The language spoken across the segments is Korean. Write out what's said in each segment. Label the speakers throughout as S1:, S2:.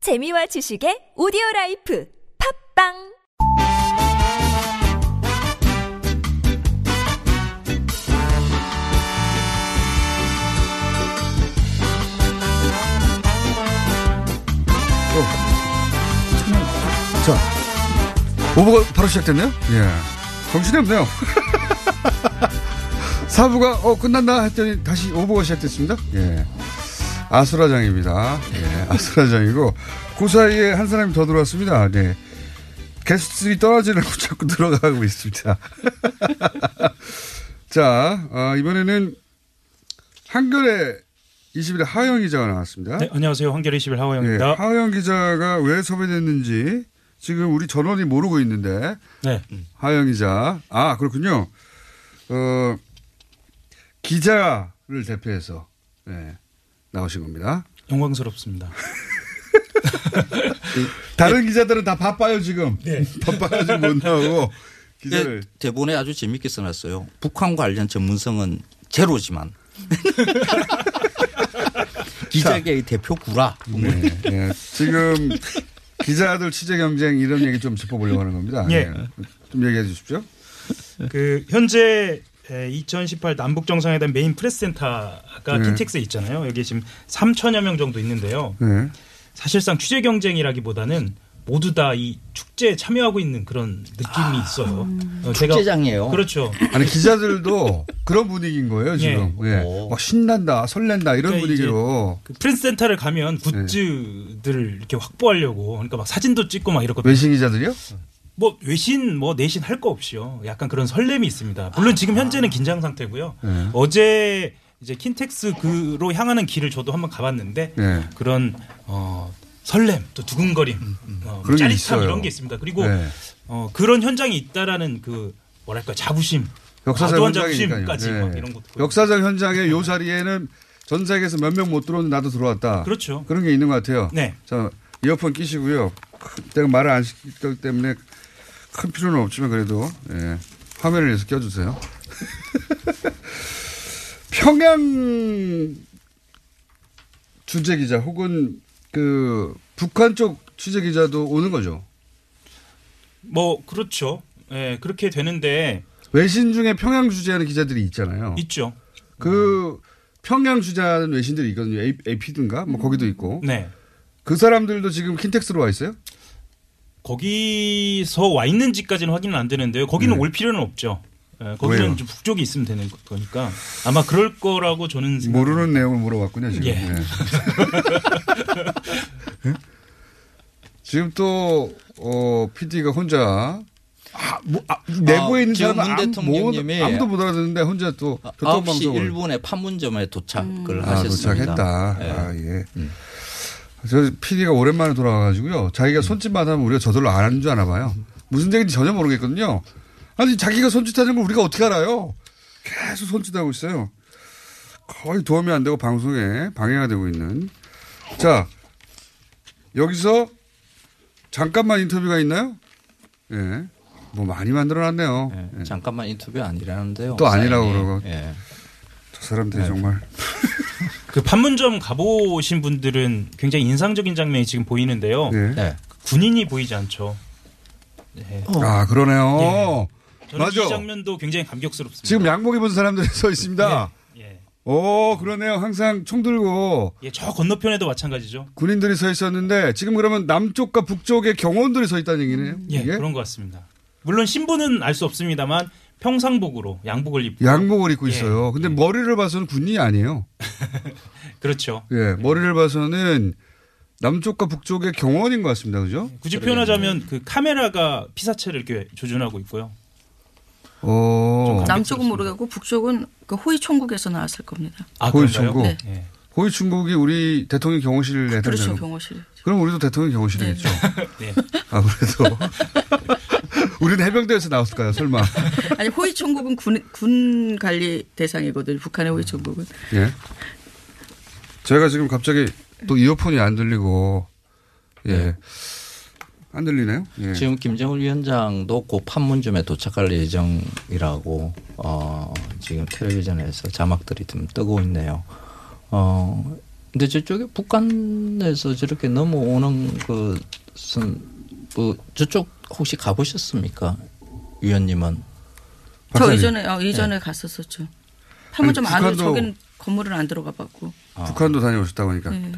S1: 재미와 지식의 오디오 라이프 팝빵
S2: 자, 오버가 바로 시작됐네요? 예. 정신이 없네요. 사부가, 어, 끝난다 했더니 다시 오버가 시작됐습니다. 예. 아수라장입니다. 예, 아수라장이고, 그 사이에 한 사람이 더 들어왔습니다. 네. 게스트들이 떨어지려고 자꾸 들어가고 있습니다. 자, 어, 이번에는 한결의 20일 하영 기자가 나왔습니다.
S3: 네, 안녕하세요. 한겨레 21 하호영입니다.
S2: 예, 하영 기자가 왜 섭외됐는지 지금 우리 전원이 모르고 있는데
S3: 네.
S2: 하영 기자 아 그렇군요. 어 기자를 대표해서 예, 나오신 겁니다.
S3: 영광스럽습니다. 네.
S2: 다른 기자들은 다 바빠요 지금. 바빠요 지금 못 나오고
S4: 네,
S2: 기자를
S4: 대본에 아주 재밌게 써놨어요. 북한과 관련 전문성은 제로지만 기자계의 대표구라.
S2: 네, 예. 지금 기자들 취재 경쟁 이런 얘기 좀 짚어보려고 하는 겁니다. 네.
S3: 예.
S2: 좀 얘기해 주십시오.
S3: 그 현재 2018 남북 정상회담 메인 프레스 센터가
S2: 네.
S3: 킨텍스에 있잖아요. 여기 지금 3천여 명 정도 있는데요.
S2: 예.
S3: 사실상 취재 경쟁이라기보다는 모두 다 이 축제에 참여하고 있는 그런 느낌이 있어요. 어, 제가-
S4: 아, 음. 축제장이에요.
S3: 그렇죠.
S2: 아니 기자들도 그런 분위기인 거예요 지금. 예.
S4: 오.
S2: 막 신난다, 설렌다 이런
S3: 네. 그러니까
S2: 분위기로
S3: 그 프레스 센터를 가면 굿즈들을 이렇게 확보하려고 그러니까 막 사진도 찍고 막 이렇거든요.
S2: 외신 기자들이요?
S3: 뭐 외신 뭐 내신 할 거 없이요. 약간 그런 설렘이 있습니다. 물론 지금 현재는 긴장 상태고요.
S2: 아. 네.
S3: 어제 이제 킨텍스 그로 향하는 길을 저도 한번 가봤는데
S2: 네. 음,
S3: 그런 어 설렘 또 두근거림 어,
S2: 그런 게
S3: 짜릿함
S2: 있어요.
S3: 이런 게 있습니다. 그리고
S2: 네.
S3: 어 그런 현장이 있다라는 그 뭐랄까 자부심,
S2: 역사적
S3: 과도한
S2: 현장이니까요. 네.
S3: 자부심까지 막 이런 것도 보여요.
S2: 역사적 현장에 요 자리에는 전 세계에서 몇 명 못 들어오는데 나도 들어왔다.
S3: 그렇죠.
S2: 런게 있는 것 같아요.
S3: 네.
S2: 자 이어폰 끼시고요. 내가 말을 안 시키기 때문에 큰 필요는 없지만 그래도 예. 화면을 위해서 껴주세요. 평양 주재 기자 혹은 그 북한 쪽 취재 기자도 오는 거죠.
S3: 뭐 그렇죠. 예, 그렇게 되는데
S2: 외신 중에 평양 주재하는 기자들이 있잖아요.
S3: 있죠.
S2: 그 평양 주재하는 외신들이 있거든요. AP든가 뭐 거기도 있고
S3: 네.
S2: 그 사람들도 지금 킨텍스로 와 있어요.
S3: 거기서 와 있는지까지는 확인은 안 되는데요. 거기는
S2: 네.
S3: 올 필요는 없죠. 예,
S2: 왜요?
S3: 거기는 좀 북쪽에 있으면 되는 거니까 아마 그럴 거라고 저는 생각.
S2: 모르는 내용을 물어봤군요 지금. 네.
S3: 예.
S2: 예. 지금 또 어, PD가 혼자 아, 뭐, 아, 내부에
S4: 아,
S2: 있는
S4: 지금
S2: 사람
S4: 문
S2: 아무,
S4: 대통령님이
S2: 도못 알아듣는데 혼자 또
S4: 뭐, 그
S2: 교통방송
S4: 9시 1분에 판문점에 음. 도착을
S2: 아,
S4: 하셨습니다.
S2: 도착했다.
S4: 예.
S2: 아, 예. 저 PD가 오랜만에 돌아와가지고요. 자기가 손짓만 하면 우리가 저절로 안 하는 줄 아나 봐요. 무슨 얘기인지 전혀 모르겠거든요. 아니, 자기가 손짓하는 걸 우리가 어떻게 알아요? 계속 손짓하고 있어요. 거의 도움이 안 되고 방송에 방해가 되고 있는. 자, 여기서 잠깐만 인터뷰가 있나요? 예. 뭐 많이 만들어놨네요.
S4: 예.
S2: 예.
S4: 잠깐만 인터뷰 아니라는데요.
S2: 또 아니라고
S4: 사인이.
S2: 그러고.
S4: 예.
S2: 저 사람들이
S4: 네.
S2: 정말.
S3: 그 판문점 가보신 분들은 굉장히 인상적인 장면이 지금 보이는데요.
S2: 예.
S4: 네.
S3: 군인이 보이지 않죠. 네.
S2: 아, 그러네요.
S4: 예.
S3: 저는
S2: 맞아.
S3: 이 장면도 굉장히 감격스럽습니다.
S2: 지금 양복 입은 사람들이 서
S4: 네.
S2: 있습니다.
S3: 예.
S2: 오, 그러네요. 항상 총 들고
S3: 예, 저 건너편에도 마찬가지죠.
S2: 군인들이 서 있었는데 지금 그러면 남쪽과 북쪽의 경호원들이 서 있다는 얘기네요.
S3: 예,
S2: 이게?
S3: 그런 것 같습니다. 물론 신분은 알 수 없습니다만 평상복으로 양복을 입고
S2: 양복을 입고
S3: 예.
S2: 있어요. 근데 머리를 봐서는 군인이 아니에요.
S3: 그렇죠.
S2: 예, 머리를 봐서는 남쪽과 북쪽의 경호원인 것 같습니다. 그죠?
S3: 굳이 표현하자면 그 카메라가 피사체를 이렇게 조준하고 있고요. 예.
S2: 어,
S5: 남쪽은 모르겠고 북쪽은 그 호위총국에서 나왔을 겁니다.
S3: 아,
S2: 호위
S3: 그런가요?
S2: 총국.
S5: 네.
S3: 예.
S2: 호위 중국이 우리 대통령 경호실을
S5: 그렇죠
S2: 해당되는
S5: 경호실.
S2: 그럼 우리도 대통령 경호실에
S5: 네.
S2: 있죠.
S3: 네.
S2: 아무래도. 우리는 해병대에서 나왔을까요? 설마.
S5: 아니 호위총국은 군, 군 관리 대상이거든요. 북한의 호위총국은.
S2: 예. 저희가 지금 갑자기 또 이어폰이 안 들리고 예. 안 들리네요. 예.
S4: 지금 김정일 위원장도 곧 판문점에 도착할 예정이라고 어, 지금 텔레비전에서 자막들이 좀 뜨고 있네요. 어, 근데 저쪽에 북한에서 저렇게 넘어오는 것은 그 저쪽 혹시 가보셨습니까, 위원님은?
S5: 저
S2: 박사님. 네.
S5: 이전에 어, 이전에 갔었었죠. 판문점
S2: 아니,
S5: 안으로
S2: 북한도-
S5: 저기는 건물은 안 들어가 봤고.
S2: 북한도 다녀오셨다고 하니까.
S5: 네.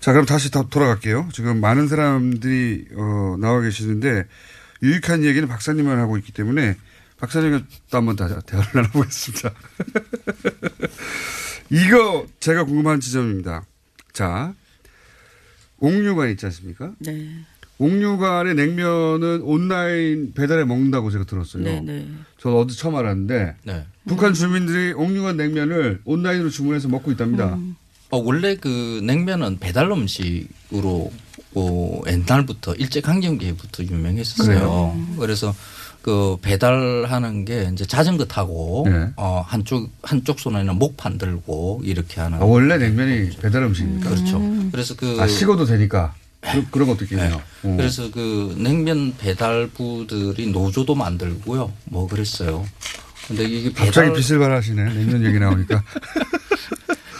S2: 자, 그럼 다시 다 돌아갈게요. 지금 많은 사람들이 어, 나와 계시는데 유익한 얘기는 박사님만 하고 있기 때문에 박사님과 또 한번 다 대화를 나눠보겠습니다. 이거 제가 궁금한 지점입니다. 자, 옥류관 있지 않습니까?
S5: 네.
S2: 어, 옥류관의 냉면은 온라인 배달해 먹는다고 제가 들었어요.
S5: 네, 네.
S2: 저는 어제 처음 알았는데
S4: 네.
S2: 북한 주민들이 옥류관 냉면을 온라인으로 주문해서 먹고 있답니다.
S5: 음.
S4: 어, 원래 그 냉면은 배달 음식으로 어, 옛날부터 일제강점기부터 유명했었어요. 그래서그 배달하는 게 이제 자전거 타고
S2: 네.
S4: 어, 한쪽 한쪽 손에는 목판 들고 이렇게 하는.
S2: 아, 원래 냉면이 배달 음식입니까?
S4: 그렇죠. 그래서 그
S2: 아, 식어도 되니까. 그, 런 것도 있겠네요. 어.
S4: 그래서 그 냉면 배달부들이 노조도 만들고요. 뭐 그랬어요. 근데 이게
S2: 갑자기
S4: 배달
S2: 빛을 발하시네. 냉면 얘기 나오니까.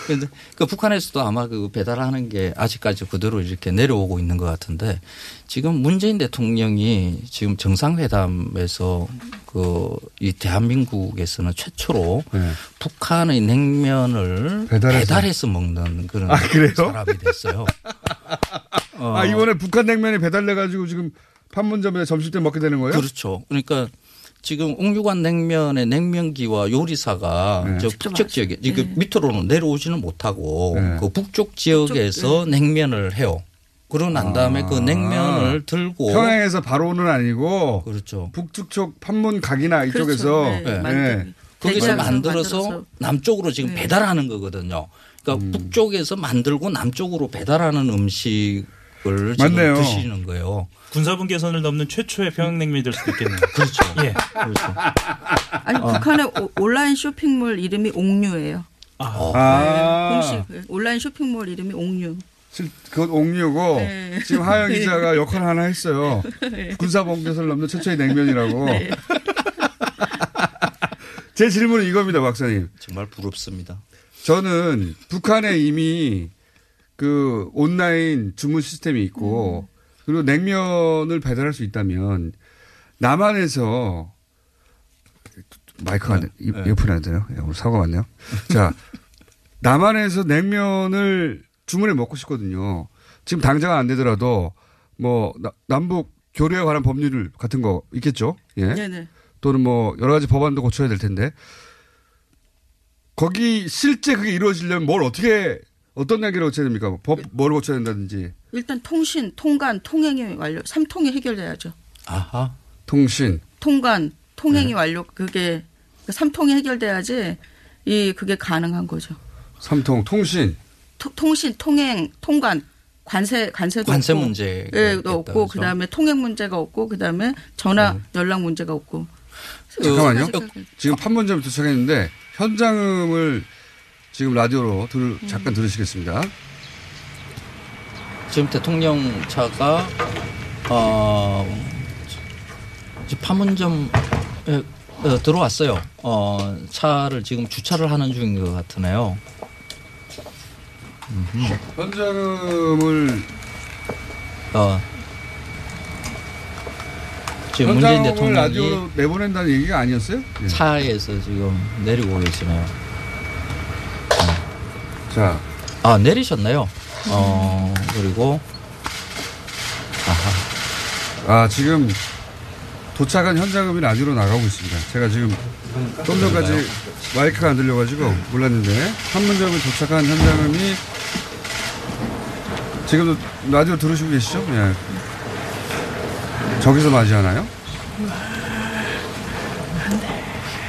S4: 근데 그 북한에서도 아마 그 배달하는 게 아직까지 그대로 이렇게 내려오고 있는 것 같은데 지금 문재인 대통령이 지금 정상회담에서 그 이 대한민국에서는 최초로
S2: 네.
S4: 북한의 냉면을
S2: 배달해서.
S4: 배달해서, 먹는 그런
S2: 아, 그래요?
S4: 사람이 됐어요. 어.
S2: 아, 이번에 북한 냉면이 배달돼가지고 지금 판문점에 점심 때 먹게 되는 거예요?
S4: 그렇죠. 그러니까 지금 옥류관 냉면의 냉면기와 요리사가
S2: 네.
S4: 저 북쪽 지역에 이그 밑으로는 내려오지는 못하고
S2: 네.
S4: 그 북쪽 네. 지역에서 냉면을 해요. 그러고 난 다음에
S2: 아.
S4: 그 냉면을 들고
S2: 평양에서 바로는 아니고
S4: 그렇죠.
S2: 북쪽 쪽 판문 각이나
S5: 그렇죠.
S2: 이쪽에서
S5: 네,
S2: 예.
S5: 만들기.
S4: 거기서
S5: 냉장고에서
S4: 만들어서,
S5: 만들어서.
S4: 남쪽으로 지금
S5: 네.
S4: 배달하는 거거든요.
S2: 음.
S4: 그러니까 북쪽에서 만들고 남쪽으로 배달하는 음식을 지금
S2: 맞네요.
S4: 드시는 거예요.
S3: 군사분 계선을 넘는 최초의 평양냉면이 될 수도 있겠네요.
S4: 그렇죠.
S3: 예.
S4: 그렇죠.
S5: 아니 북한의 오- 온라인 쇼핑몰 이름이 옥류예요.
S3: 아,
S4: 어,
S2: 아,
S5: 공식 예. 온라인 쇼핑몰 이름이 옥류.
S2: 실- 그건 옥류고
S5: 네.
S2: 지금 하영 기자가 역할 하나 했어요. 군사봉계선을 넘는 최초의 냉면이라고.
S5: 네.
S2: 제 질문은 이겁니다, 박사님.
S4: 정말 부럽습니다.
S2: 저는 북한에 이미 그 온라인 주문 시스템이 있고 그리고 냉면을 배달할 수 있다면 남한에서 마이크가 안, 이- 이어폰이 안 되네요. 예, 오늘 사고 왔네요. 자, 남한에서 냉면을 주문해 먹고 싶거든요. 지금 당장 안 되더라도 뭐 나- 남북 교류에 관한 법률 같은 거 있겠죠? 예.
S5: 네, 네.
S2: 또는 뭐 여러 가지 법안도 고쳐야 될 텐데 거기 실제 그게 이루어지려면 뭘 어떻게 어떤 단계로 고쳐야 됩니까? 법 뭘 고쳐야 된다든지
S5: 일단 통신, 통관, 통행이 완료. 삼통이 해결돼야죠.
S4: 아하.
S2: 통신
S5: 통관, 통행이
S4: 네.
S5: 완료. 그게 그 삼통이 해결돼야지 이 그게 가능한 거죠.
S2: 삼통 통신
S5: 토- 통신, 통행, 통관, 관세 관세도
S4: 관세
S5: 없고.
S4: 문제
S5: 예, 또 없고 그다음에 통행 문제가 없고 그다음에 전화
S4: 네.
S5: 연락 문제가 없고. 뭐
S2: 잠깐만요.
S5: 그래서 생각해-
S2: 지금 판문점에 도착했는데 현장음을 지금 라디오로 들, 잠깐 들으시겠습니다.
S4: 지금 대통령 차가 어 지- 판문점에 어, 들어왔어요. 어 차를 지금 주차를 하는 중인 것 같으네요.
S2: 현장음을
S4: 어 지금 네, 문재인
S2: 현장음을
S4: 대통령이
S2: 라디오로 내보낸다는 얘기가 아니었어요? 예.
S4: 차에서 지금 내리고 계시네요.
S2: 자
S4: 아 내리셨나요? 어 그리고 아하
S2: 아 지금 도착한 현장음이 라디오로 나가고 있습니다. 제가 지금 좀 전까지 마이크가 안 들려가지고 몰랐는데 판문점에 도착한 현장음이 지금도 라디오 들으시고 계시죠? 예. 저기서 맞이하나요?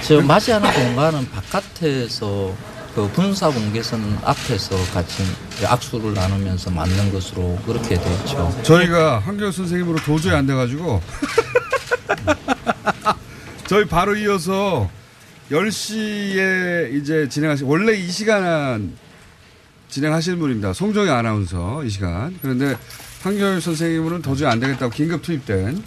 S4: 저 맞이하는 공간은 바깥에서 그 분사 분계선 앞에서 같이 악수를 나누면서 맞는 것으로 그렇게 되었죠.
S2: 저희가 황교 선생님으로 도저히 안 돼가지고 저희 바로 이어서 10시에 이제 진행하시 원래 이 시간 진행하시는 분입니다. 송정희 아나운서 이 시간. 그런데 황교열 선생님으로는 도저히 안 되겠다고 긴급 투입된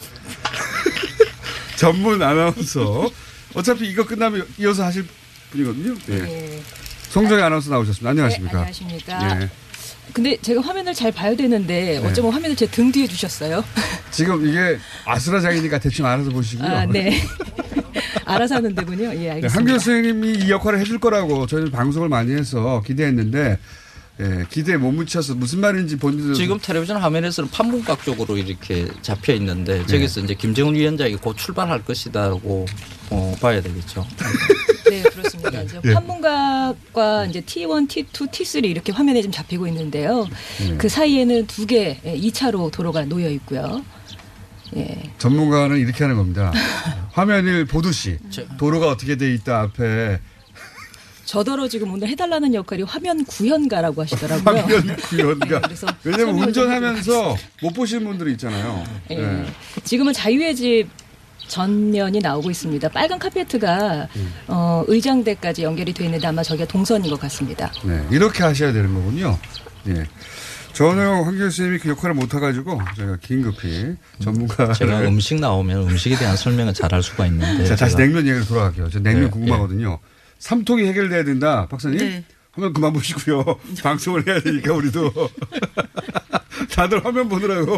S2: 전문 아나운서. 어차피 이거 끝나면 이어서 하실 분이거든요. 예. 송정희 아나운서 나오셨습니다. 안녕하십니까?
S6: 네, 안녕하십니까.
S2: 예.
S6: 근데 제가 화면을 잘 봐야 되는데
S2: 네.
S6: 어쩌면 화면을 제 등 뒤에 두셨어요.
S2: 지금 이게 아스라장이니까 대충 알아서 보시고요.
S6: 아, 네. 알아서 하는 데군요. 예,
S2: 네,
S6: 알겠습니다.
S2: 한 교수님이 이 역할을 해줄 거라고 저희는 방송을 많이 해서 기대했는데 예, 기대에 못 미쳐서 무슨 말인지 본인도
S4: 지금 텔레비전 화면에서는 판문각 쪽으로 이렇게 잡혀 있는데
S2: 네.
S4: 저기서 이제 김정은 위원장이 곧 출발할 것이다라고 어, 봐야 되겠죠.
S2: 아,
S6: 네, 그렇습니다. 이제
S2: 예.
S6: 판문각과 이제 T1, T2, T3 이렇게 화면에 좀 잡히고 있는데요.
S2: 네.
S6: 그 사이에는 두 개, 예, 2차로 도로가 놓여 있고요. 예.
S2: 전문가는 이렇게 하는 겁니다. 화면을 보듯이 도로가 어떻게 돼 있다 앞에
S6: 저더러 지금 오늘 해달라는 역할이 화면 구현가라고 하시더라고요.
S2: 화면 구현가.
S6: 네, 그래서
S2: 왜냐면
S6: 설명을 좀
S2: 운전하면서 못 보시는 분들이 있잖아요.
S6: 예.
S2: 예.
S6: 지금은 자유의 집 전면이 나오고 있습니다. 빨간 카페트가
S2: 음.
S6: 어, 의장대까지 연결이 돼 있는데 아마 저기가 동선인 것 같습니다.
S2: 네, 이렇게 하셔야 되는 거군요. 예. 저는 황 교수님이 그 역할을 못 해가지고 제가 긴급히 전문가
S4: 제가 음식 나오면 음식에 대한 설명을 잘 할 수가 있는데
S2: 네. 자, 다시
S4: 예, 제가
S2: 냉면 얘기로 돌아갈게요. 저 냉면
S4: 네,
S2: 궁금하거든요. 삼통이 해결돼야 된다, 박사님.
S5: 네.
S2: 화면 그만 보시고요. 방송을 해야 되니까 우리도 다들 화면 보느라고.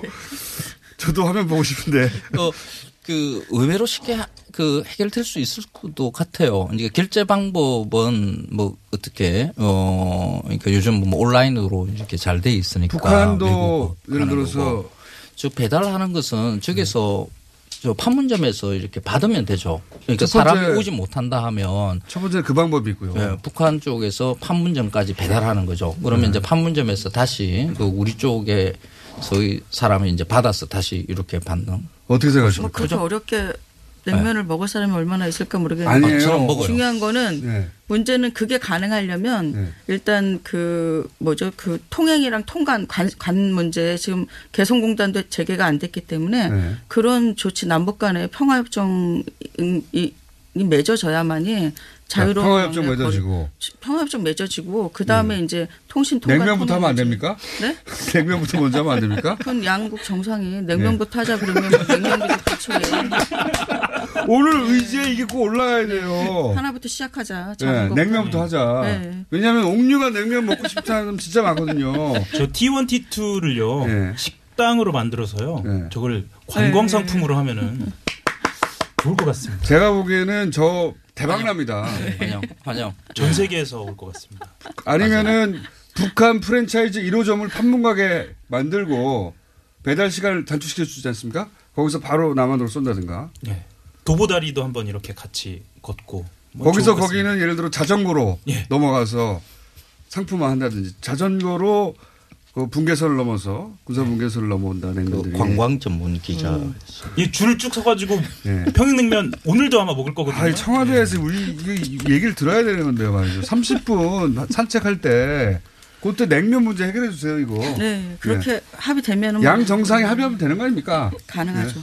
S2: 저도 화면 보고 싶은데.
S4: 어, 그 의외로 쉽게 하- 그 해결될 수 있을 것도 같아요. 그러니까 결제 방법은 뭐 어떻게 어 그러니까 요즘 뭐 온라인으로 이렇게 잘 돼 있으니까
S2: 북한도
S4: 미국하고 뭐,
S2: 예를
S4: 하는
S2: 들어서
S4: 거고. 즉 배달하는 것은 저기서 저 판문점에서 이렇게 받으면 되죠. 그러니까
S2: 첫 번째-
S4: 사람이 오지 못한다 하면
S2: 첫 번째 그 방법이 있고요.
S4: 예, 북한 쪽에서 판문점까지 배달하는 거죠.
S2: 네.
S4: 그러면 이제 판문점에서 다시 그 우리 쪽에 소위 사람이 이제 받아서 다시 이렇게 받는
S2: 어떻게
S5: 뭐
S2: 생각하십니까?
S5: 그렇게
S4: 그렇죠.
S5: 어렵게 냉면을 먹을 사람이 얼마나 있을까 모르겠는데
S2: 아니에요.
S4: 아, 저는 먹어요.
S5: 중요한 거는
S2: 네.
S5: 문제는 그게 가능하려면
S2: 네.
S5: 일단 그 뭐죠 그 통행이랑 통관 관, 관 문제 지금 개성공단도 재개가 안 됐기 때문에
S2: 네.
S5: 그런 조치 남북 간의 평화협정이 이- 이 맺어져야만이 자유로운
S2: 평화협정
S5: 방향의
S2: 맺어지고.
S5: 거리- 평화협정 맺어지고 그 다음에 이제 통신 통관
S2: 냉면부터 하면 안
S5: 통행
S2: 됩니까?
S5: 문제. 네?
S2: 냉면부터 먼저 하면 안 됩니까?
S5: 그건 양국
S2: 네.
S5: 정상이 냉면부터 하자 그러면 뭐 냉면도 기초에
S2: 오늘 의지에 이게 꼭 올라가야 돼요.
S5: 하나부터 시작하자.
S2: 예,
S5: 작은 것부터.
S2: 냉면부터 하자.
S5: 네.
S2: 왜냐하면 옥류가 냉면 먹고 싶다는 사람 진짜 많거든요.
S3: 저 T1, T2를요
S2: 예.
S3: 식당으로 만들어서요
S2: 예.
S3: 저걸 관광 상품으로 하면은 좋을 것 같습니다.
S2: 제가 보기에는 저 대박납니다.
S4: 환영, 환영.
S2: 예.
S3: 전 세계에서 올 것 같습니다.
S2: 아니면은 북한 프랜차이즈 1호점을 판문가게 만들고 배달 시간을 단축시켜 주지 않습니까? 거기서 바로 남한으로 쏜다든가.
S3: 예. 도보다리도 한번 이렇게 같이 걷고 뭐
S2: 거기서
S3: 좋을 것 같습니다.
S2: 거기는 예를 들어 자전거로
S3: 예.
S2: 넘어가서 상품화 한다든지 자전거로 그 분계선을 넘어서 군사 분계선을 넘어온다
S4: 그
S2: 냉면들이.
S4: 관광 전문 기자.
S3: 이 줄을 쭉 서가지고
S2: 예.
S3: 평양냉면 오늘도 아마 먹을 거거든요.
S2: 아니 청와대에서 우리 이게 얘기를 들어야 되는 건데요, 말이죠. 30분 산책할 때 그때 냉면 문제 해결해 주세요, 이거. 예.
S5: 네, 그렇게 어, 합의되면은 뭐
S2: 양 정상이 합의하면 되는 거 아닙니까?
S5: 가능하죠.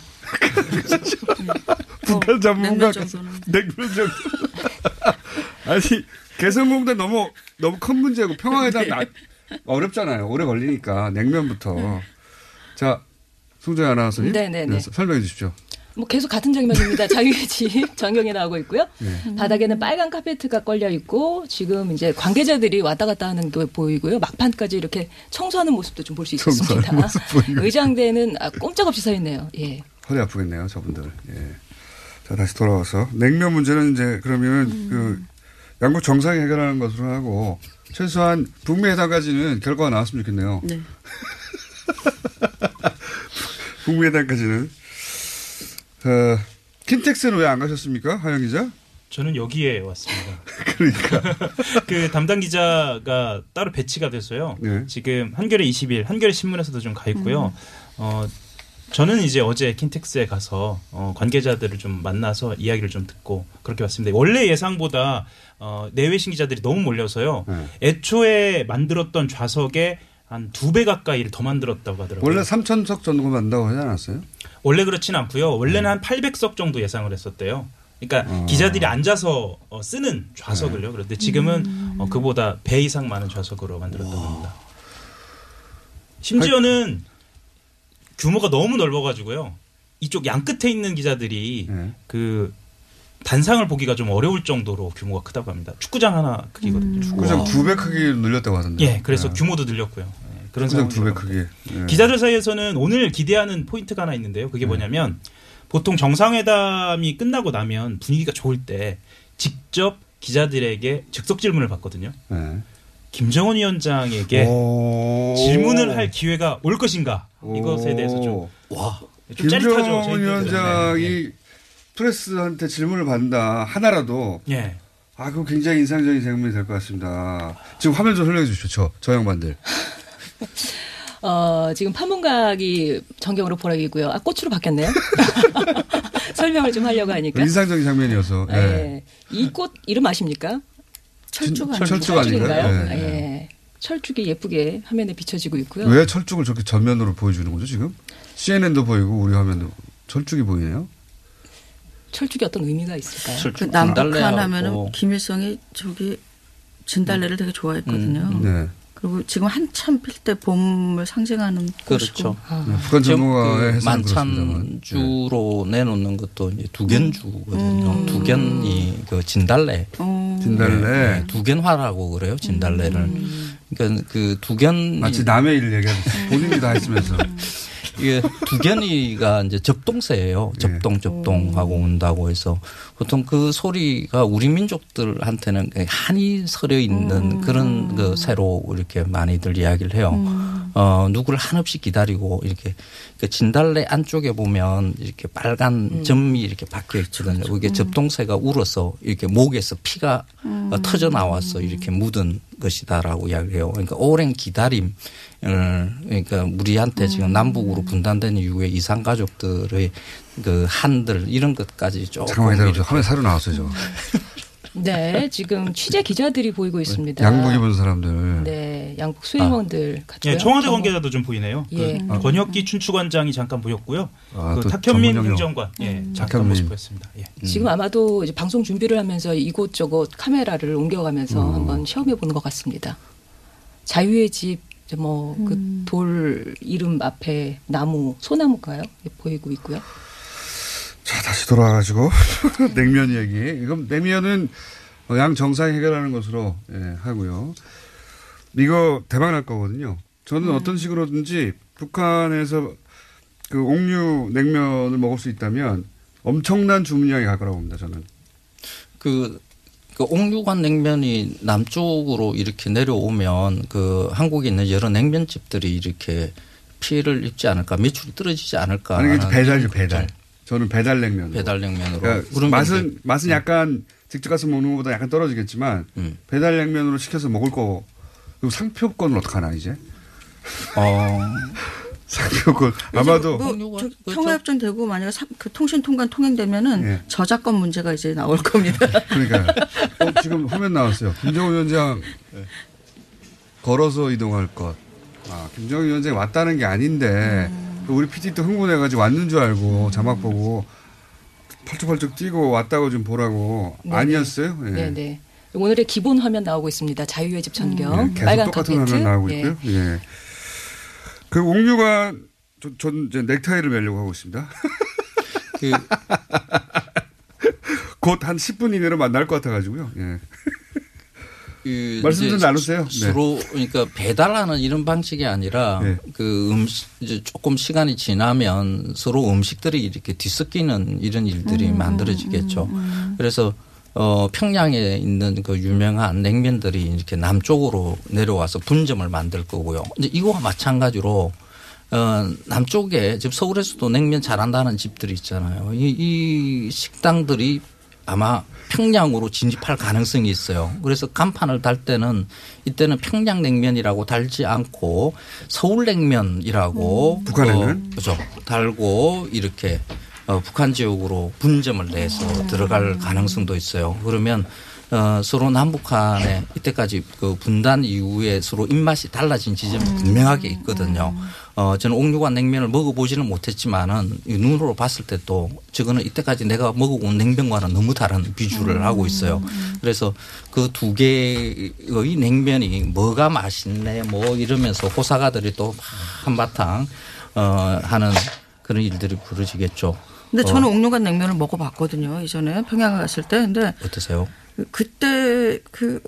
S2: 북한 전문가
S5: 냉면 정도는.
S2: 냉면 정도. 아니 개성공단 너무 너무 큰 문제고
S5: 네.
S2: 평화회담 나- 어렵잖아요. 오래 걸리니까 냉면부터. 자 송재현 아나운서님
S6: 네, 네,
S2: 네,
S6: 네.
S2: 설명해 주십시오.
S6: 뭐 계속 같은 장면입니다. 자유의 집 전경에 나오고 있고요.
S2: 네.
S6: 바닥에는 빨간 카페트가 걸려 있고 지금 이제 관계자들이 왔다 갔다 하는 게 보이고요. 막판까지 이렇게 청소하는 모습도 좀 볼 수 있었습니다.
S2: 청소하는 모습 보이고.
S6: 의장대는 아, 꼼짝없이 서 있네요. 예.
S2: 허리 아프겠네요, 저분들. 예. 자 다시 돌아와서 냉면 문제는 이제 그러면 그 양국 정상이 해결하는 것으로 하고 최소한 북미 회담까지는 결과가 나왔으면 좋겠네요.
S5: 네.
S2: 북미회담까지는. 어, 킨텍스는 왜 안 가셨습니까, 하영 기자?
S3: 저는 여기에 왔습니다.
S2: 그러니까.
S3: 그 담당 기자가 따로 배치가 됐어요.
S2: 네.
S3: 지금 한겨레 20일 한겨레 신문에서도 좀 가 있고요. 어 저는 이제 어제 킨텍스에 가서 어, 관계자들을 좀 만나서 이야기를 좀 듣고 그렇게 왔습니다. 원래 예상보다 어, 내외신 기자들이 너무 몰려서요.
S2: 네.
S3: 애초에 만들었던 좌석에 한 두 배 가까이를 더 만들었다고 하더라고요.
S2: 원래 삼천석 전공 한다고 하지 않았어요?
S3: 원래 그렇진 않고요. 원래는 한 800석 정도 예상을 했었대요. 그러니까
S2: 음. 어. 네.
S3: 기자들이 앉아서 어, 쓰는 좌석을요. 그런데 지금은 어, 그보다 배 이상 많은 좌석으로 만들었다고 합니다. 심지어는 규모가 너무 넓어가지고요. 이쪽 양 끝에 있는 기자들이
S2: 네.
S3: 그 단상을 보기가 좀 어려울 정도로 규모가 크다고 합니다. 축구장 하나 크기거든요.
S2: 축구장
S4: 와.
S2: 두 배 크기 늘렸다고 하던데.
S3: 예, 그래서 규모도 늘렸고요. 예, 그런
S2: 축구장
S3: 상황
S2: 두 배 크기. 예.
S3: 음. 기자들 사이에서는 오늘 기대하는 포인트가 하나 있는데요.
S2: 음.
S3: 그게 뭐냐면 보통 정상회담이 끝나고 나면 분위기가 좋을 때 직접 기자들에게 즉석 질문을 받거든요.
S2: 예.
S3: 김정은 위원장에게
S2: 오.
S3: 예. 질문을 할 기회가 올 것인가 이것에 대해서 좀,
S2: 오.
S4: 와.
S3: 좀 짜릿하죠.
S2: 김정은
S3: 저희들은. 네.
S2: 위원장이 프레스한테 질문을 받는다 하나라도
S3: 예.
S2: 아 그거 굉장히 인상적인 장면이 될 것 같습니다. 지금 화면 좀 설명해 주십시오. 저, 저 양반들.
S6: 그러니까? 어, 지금 판문각이 전경으로 보라기고요. 아, 꽃으로 바뀌었네요. 설명을 좀 하려고 하니까.
S2: 인상적인 장면이어서. 예.
S6: 예. 이 꽃 이름 아십니까?
S5: 철쭉
S2: 철- 철쭉
S6: 철쭉인가요?
S2: 아닌가요? 예,
S6: 예. 철쭉이 예쁘게 화면에 비춰지고 있고요.
S2: 왜 철쭉을 저렇게 전면으로 보여주는 거죠 지금? CNN도 보이고 우리 화면도 철쭉이 보이네요.
S6: 철쭉이 어떤 의미가 있을까요?
S5: 그
S4: 철쭉
S5: 남북한
S4: 진달래하고
S5: 하면은 김일성이 저기 진달래를 되게
S4: 음,
S5: 좋아했거든요.
S6: 음.
S2: 네.
S5: 그리고 지금 한참 필 때 봄을 상징하는
S4: 그렇죠.
S5: 꽃이고.
S6: 아,
S2: 네, 북한
S4: 지금
S2: 전문가의
S4: 그
S2: 해석은 그렇습니다만. 네. 음.
S4: 만찬주로 내놓는 것도 이제 두견주거든요. 두견이 그 진달래.
S2: 네.
S5: 어,
S2: 진달래.
S4: 예, 네. 두견화라고 그래요. 진달래를. 그러니까 그 두견
S2: 마치 남의 일을 얘기하듯이 본인이 다 했으면서.
S4: 이게 예, 두견이가 이제 접동새예요. 접동 접동하고 온다고 해서 보통 그 소리가 우리 민족들한테는 그냥 한이 서려 있는 그런 그 새로 이렇게 많이들 이야기를 해요. 어 누구를 한없이 기다리고 이렇게 그 진달래 안쪽에 보면 이렇게 빨간 점이 이렇게 박혀 있거든요. 음. 그게 접동새가 울어서 이렇게 목에서 피가 어, 터져 나와서 이렇게 묻은 것이다라고 이야기해요. 그러니까 오랜 기다림 을 그러니까 우리한테 지금 남북으로 분단된 이후에 이산 가족들의 그 한들 이런 것까지 조금
S2: 잠깐만 기다려보세요.
S4: 이렇게
S2: 화면 새로 나왔어요, 저.
S6: 네, 지금 취재 기자들이 보이고 있습니다.
S2: 양복 입은 사람들.
S6: 네, 양복
S2: 아.
S6: 수행원들 같이.
S3: 예, 청와대 관계자도 좀 보이네요.
S6: 예.
S2: 음.
S3: 그 권혁기 춘추관장이 잠깐 보였고요.
S2: 아,
S3: 그
S2: 또
S3: 탁현민
S2: 전문용어.
S3: 행정관 예, 잠깐
S2: 탁현민.
S3: 모습 보였습니다. 예.
S6: 지금 아마도 이제 방송 준비를 하면서 이곳저곳 카메라를 옮겨가면서
S2: 음.
S6: 한번 시험해 보는 것 같습니다. 자유의 집, 뭐
S5: 음.
S6: 그 돌 이름 앞에 나무, 소나무가요? 예, 보이고 있고요.
S2: 자, 다시 돌아와가지고. 냉면 얘기. 이건 냉면은 어, 양 정상이 해결하는 것으로 예, 하고요. 이거 대박 날 거거든요. 저는 어떤 식으로든지 북한에서 그 옥류 냉면을 먹을 수 있다면 엄청난 주문량이 갈 거라고 봅니다, 저는.
S4: 그, 그 옥류관 냉면이 남쪽으로 이렇게 내려오면 그 한국에 있는 여러 냉면집들이 이렇게 피해를 입지 않을까 매출이 떨어지지 않을까
S2: 아니, 이게
S4: 하는
S2: 배달이죠,
S3: 네.
S4: 걱정.
S2: 배달. 저는 배달 냉면.
S4: 음. 배달 냉면으로
S2: 그러니까
S4: 그런 건데 네.
S2: 맛은 맛은 약간 직접 가서 먹는 것보다 약간 떨어지겠지만
S4: 음.
S2: 배달 냉면으로 시켜서 먹을 거 그리고 상표권은 어떡하나 이제
S4: 어,
S2: 상표권 아마도 그렇죠.
S5: 뭐 저- 평화협정 되고 만약에 삼- 그 통신 통관 통행되면은
S2: 예.
S5: 저작권 문제가 이제 나올 겁니다.
S2: 그러니까 어, 지금 화면 나왔어요 김정은 위원장 걸어서 이동할 것 아, 김정은 위원장이 왔다는 게 아닌데
S6: 음.
S2: 또 우리 PD도 흥분해가지고 왔는 줄 알고 자막 보고 펄쩍펄쩍 뛰고 왔다고 좀 보라고
S6: 네네.
S2: 아니었어요 예.
S6: 네, 네. 오늘의 기본 화면 나오고 있습니다. 자유의 집 전경,
S2: 예, 계속
S6: 어? 빨간
S2: 똑같은
S6: 카페트.
S2: 화면 나오고
S6: 예.
S2: 있고요. 예. 그 옥류가 저- 전 이제 넥타이를 매려고 하고 있습니다.
S4: 그
S2: 곧 한 10분 이내로 만날 것 같아가지고요. 예.
S4: 그
S2: 말씀 좀
S4: 이제
S2: 나누세요. 네.
S4: 주로 그러니까 배달하는 이런 방식이 아니라
S2: 네.
S4: 그 음식 이제 조금 시간이 지나면 서로 음식들이 이렇게 뒤섞이는 이런 일들이 만들어지겠죠. 그래서 어 평양에 있는 그 유명한 냉면들이 이렇게 남쪽으로 내려와서 분점을 만들 거고요. 이제 이거와 마찬가지로 어, 남쪽에 지금 서울에서도 냉면 잘한다는 집들이 있잖아요. 이, 이 식당들이 아마 평양으로 진입할 가능성이 있어요. 그래서 간판을 달 때는 이때는 평양 냉면이라고 달지 않고 서울 냉면이라고
S2: 북한 냉면?
S4: 어, 그죠 달고 이렇게 어, 북한 지역으로 분점을 내서 들어갈 가능성도 있어요. 그러면 어, 서로 남북한의 이때까지 그 분단 이후에 서로 입맛이 달라진 지점이 분명하게 있거든요. 어, 저는 옥류관 냉면을 먹어보지는 못했지만은 이 눈으로 봤을 때 또 저거는 이때까지 내가 먹어온 냉면과는 너무 다른 비주를 하고 있어요. 그래서 그 두 개의 냉면이 뭐가 맛있네 뭐 이러면서 호사가들이 또 한바탕 어, 하는 그런 일들이 벌어지겠죠.
S5: 근데 저는 옥류관 냉면을 먹어봤거든요. 이전에 평양에 갔을 때. 근데
S4: 어떠세요?
S5: 그때 그.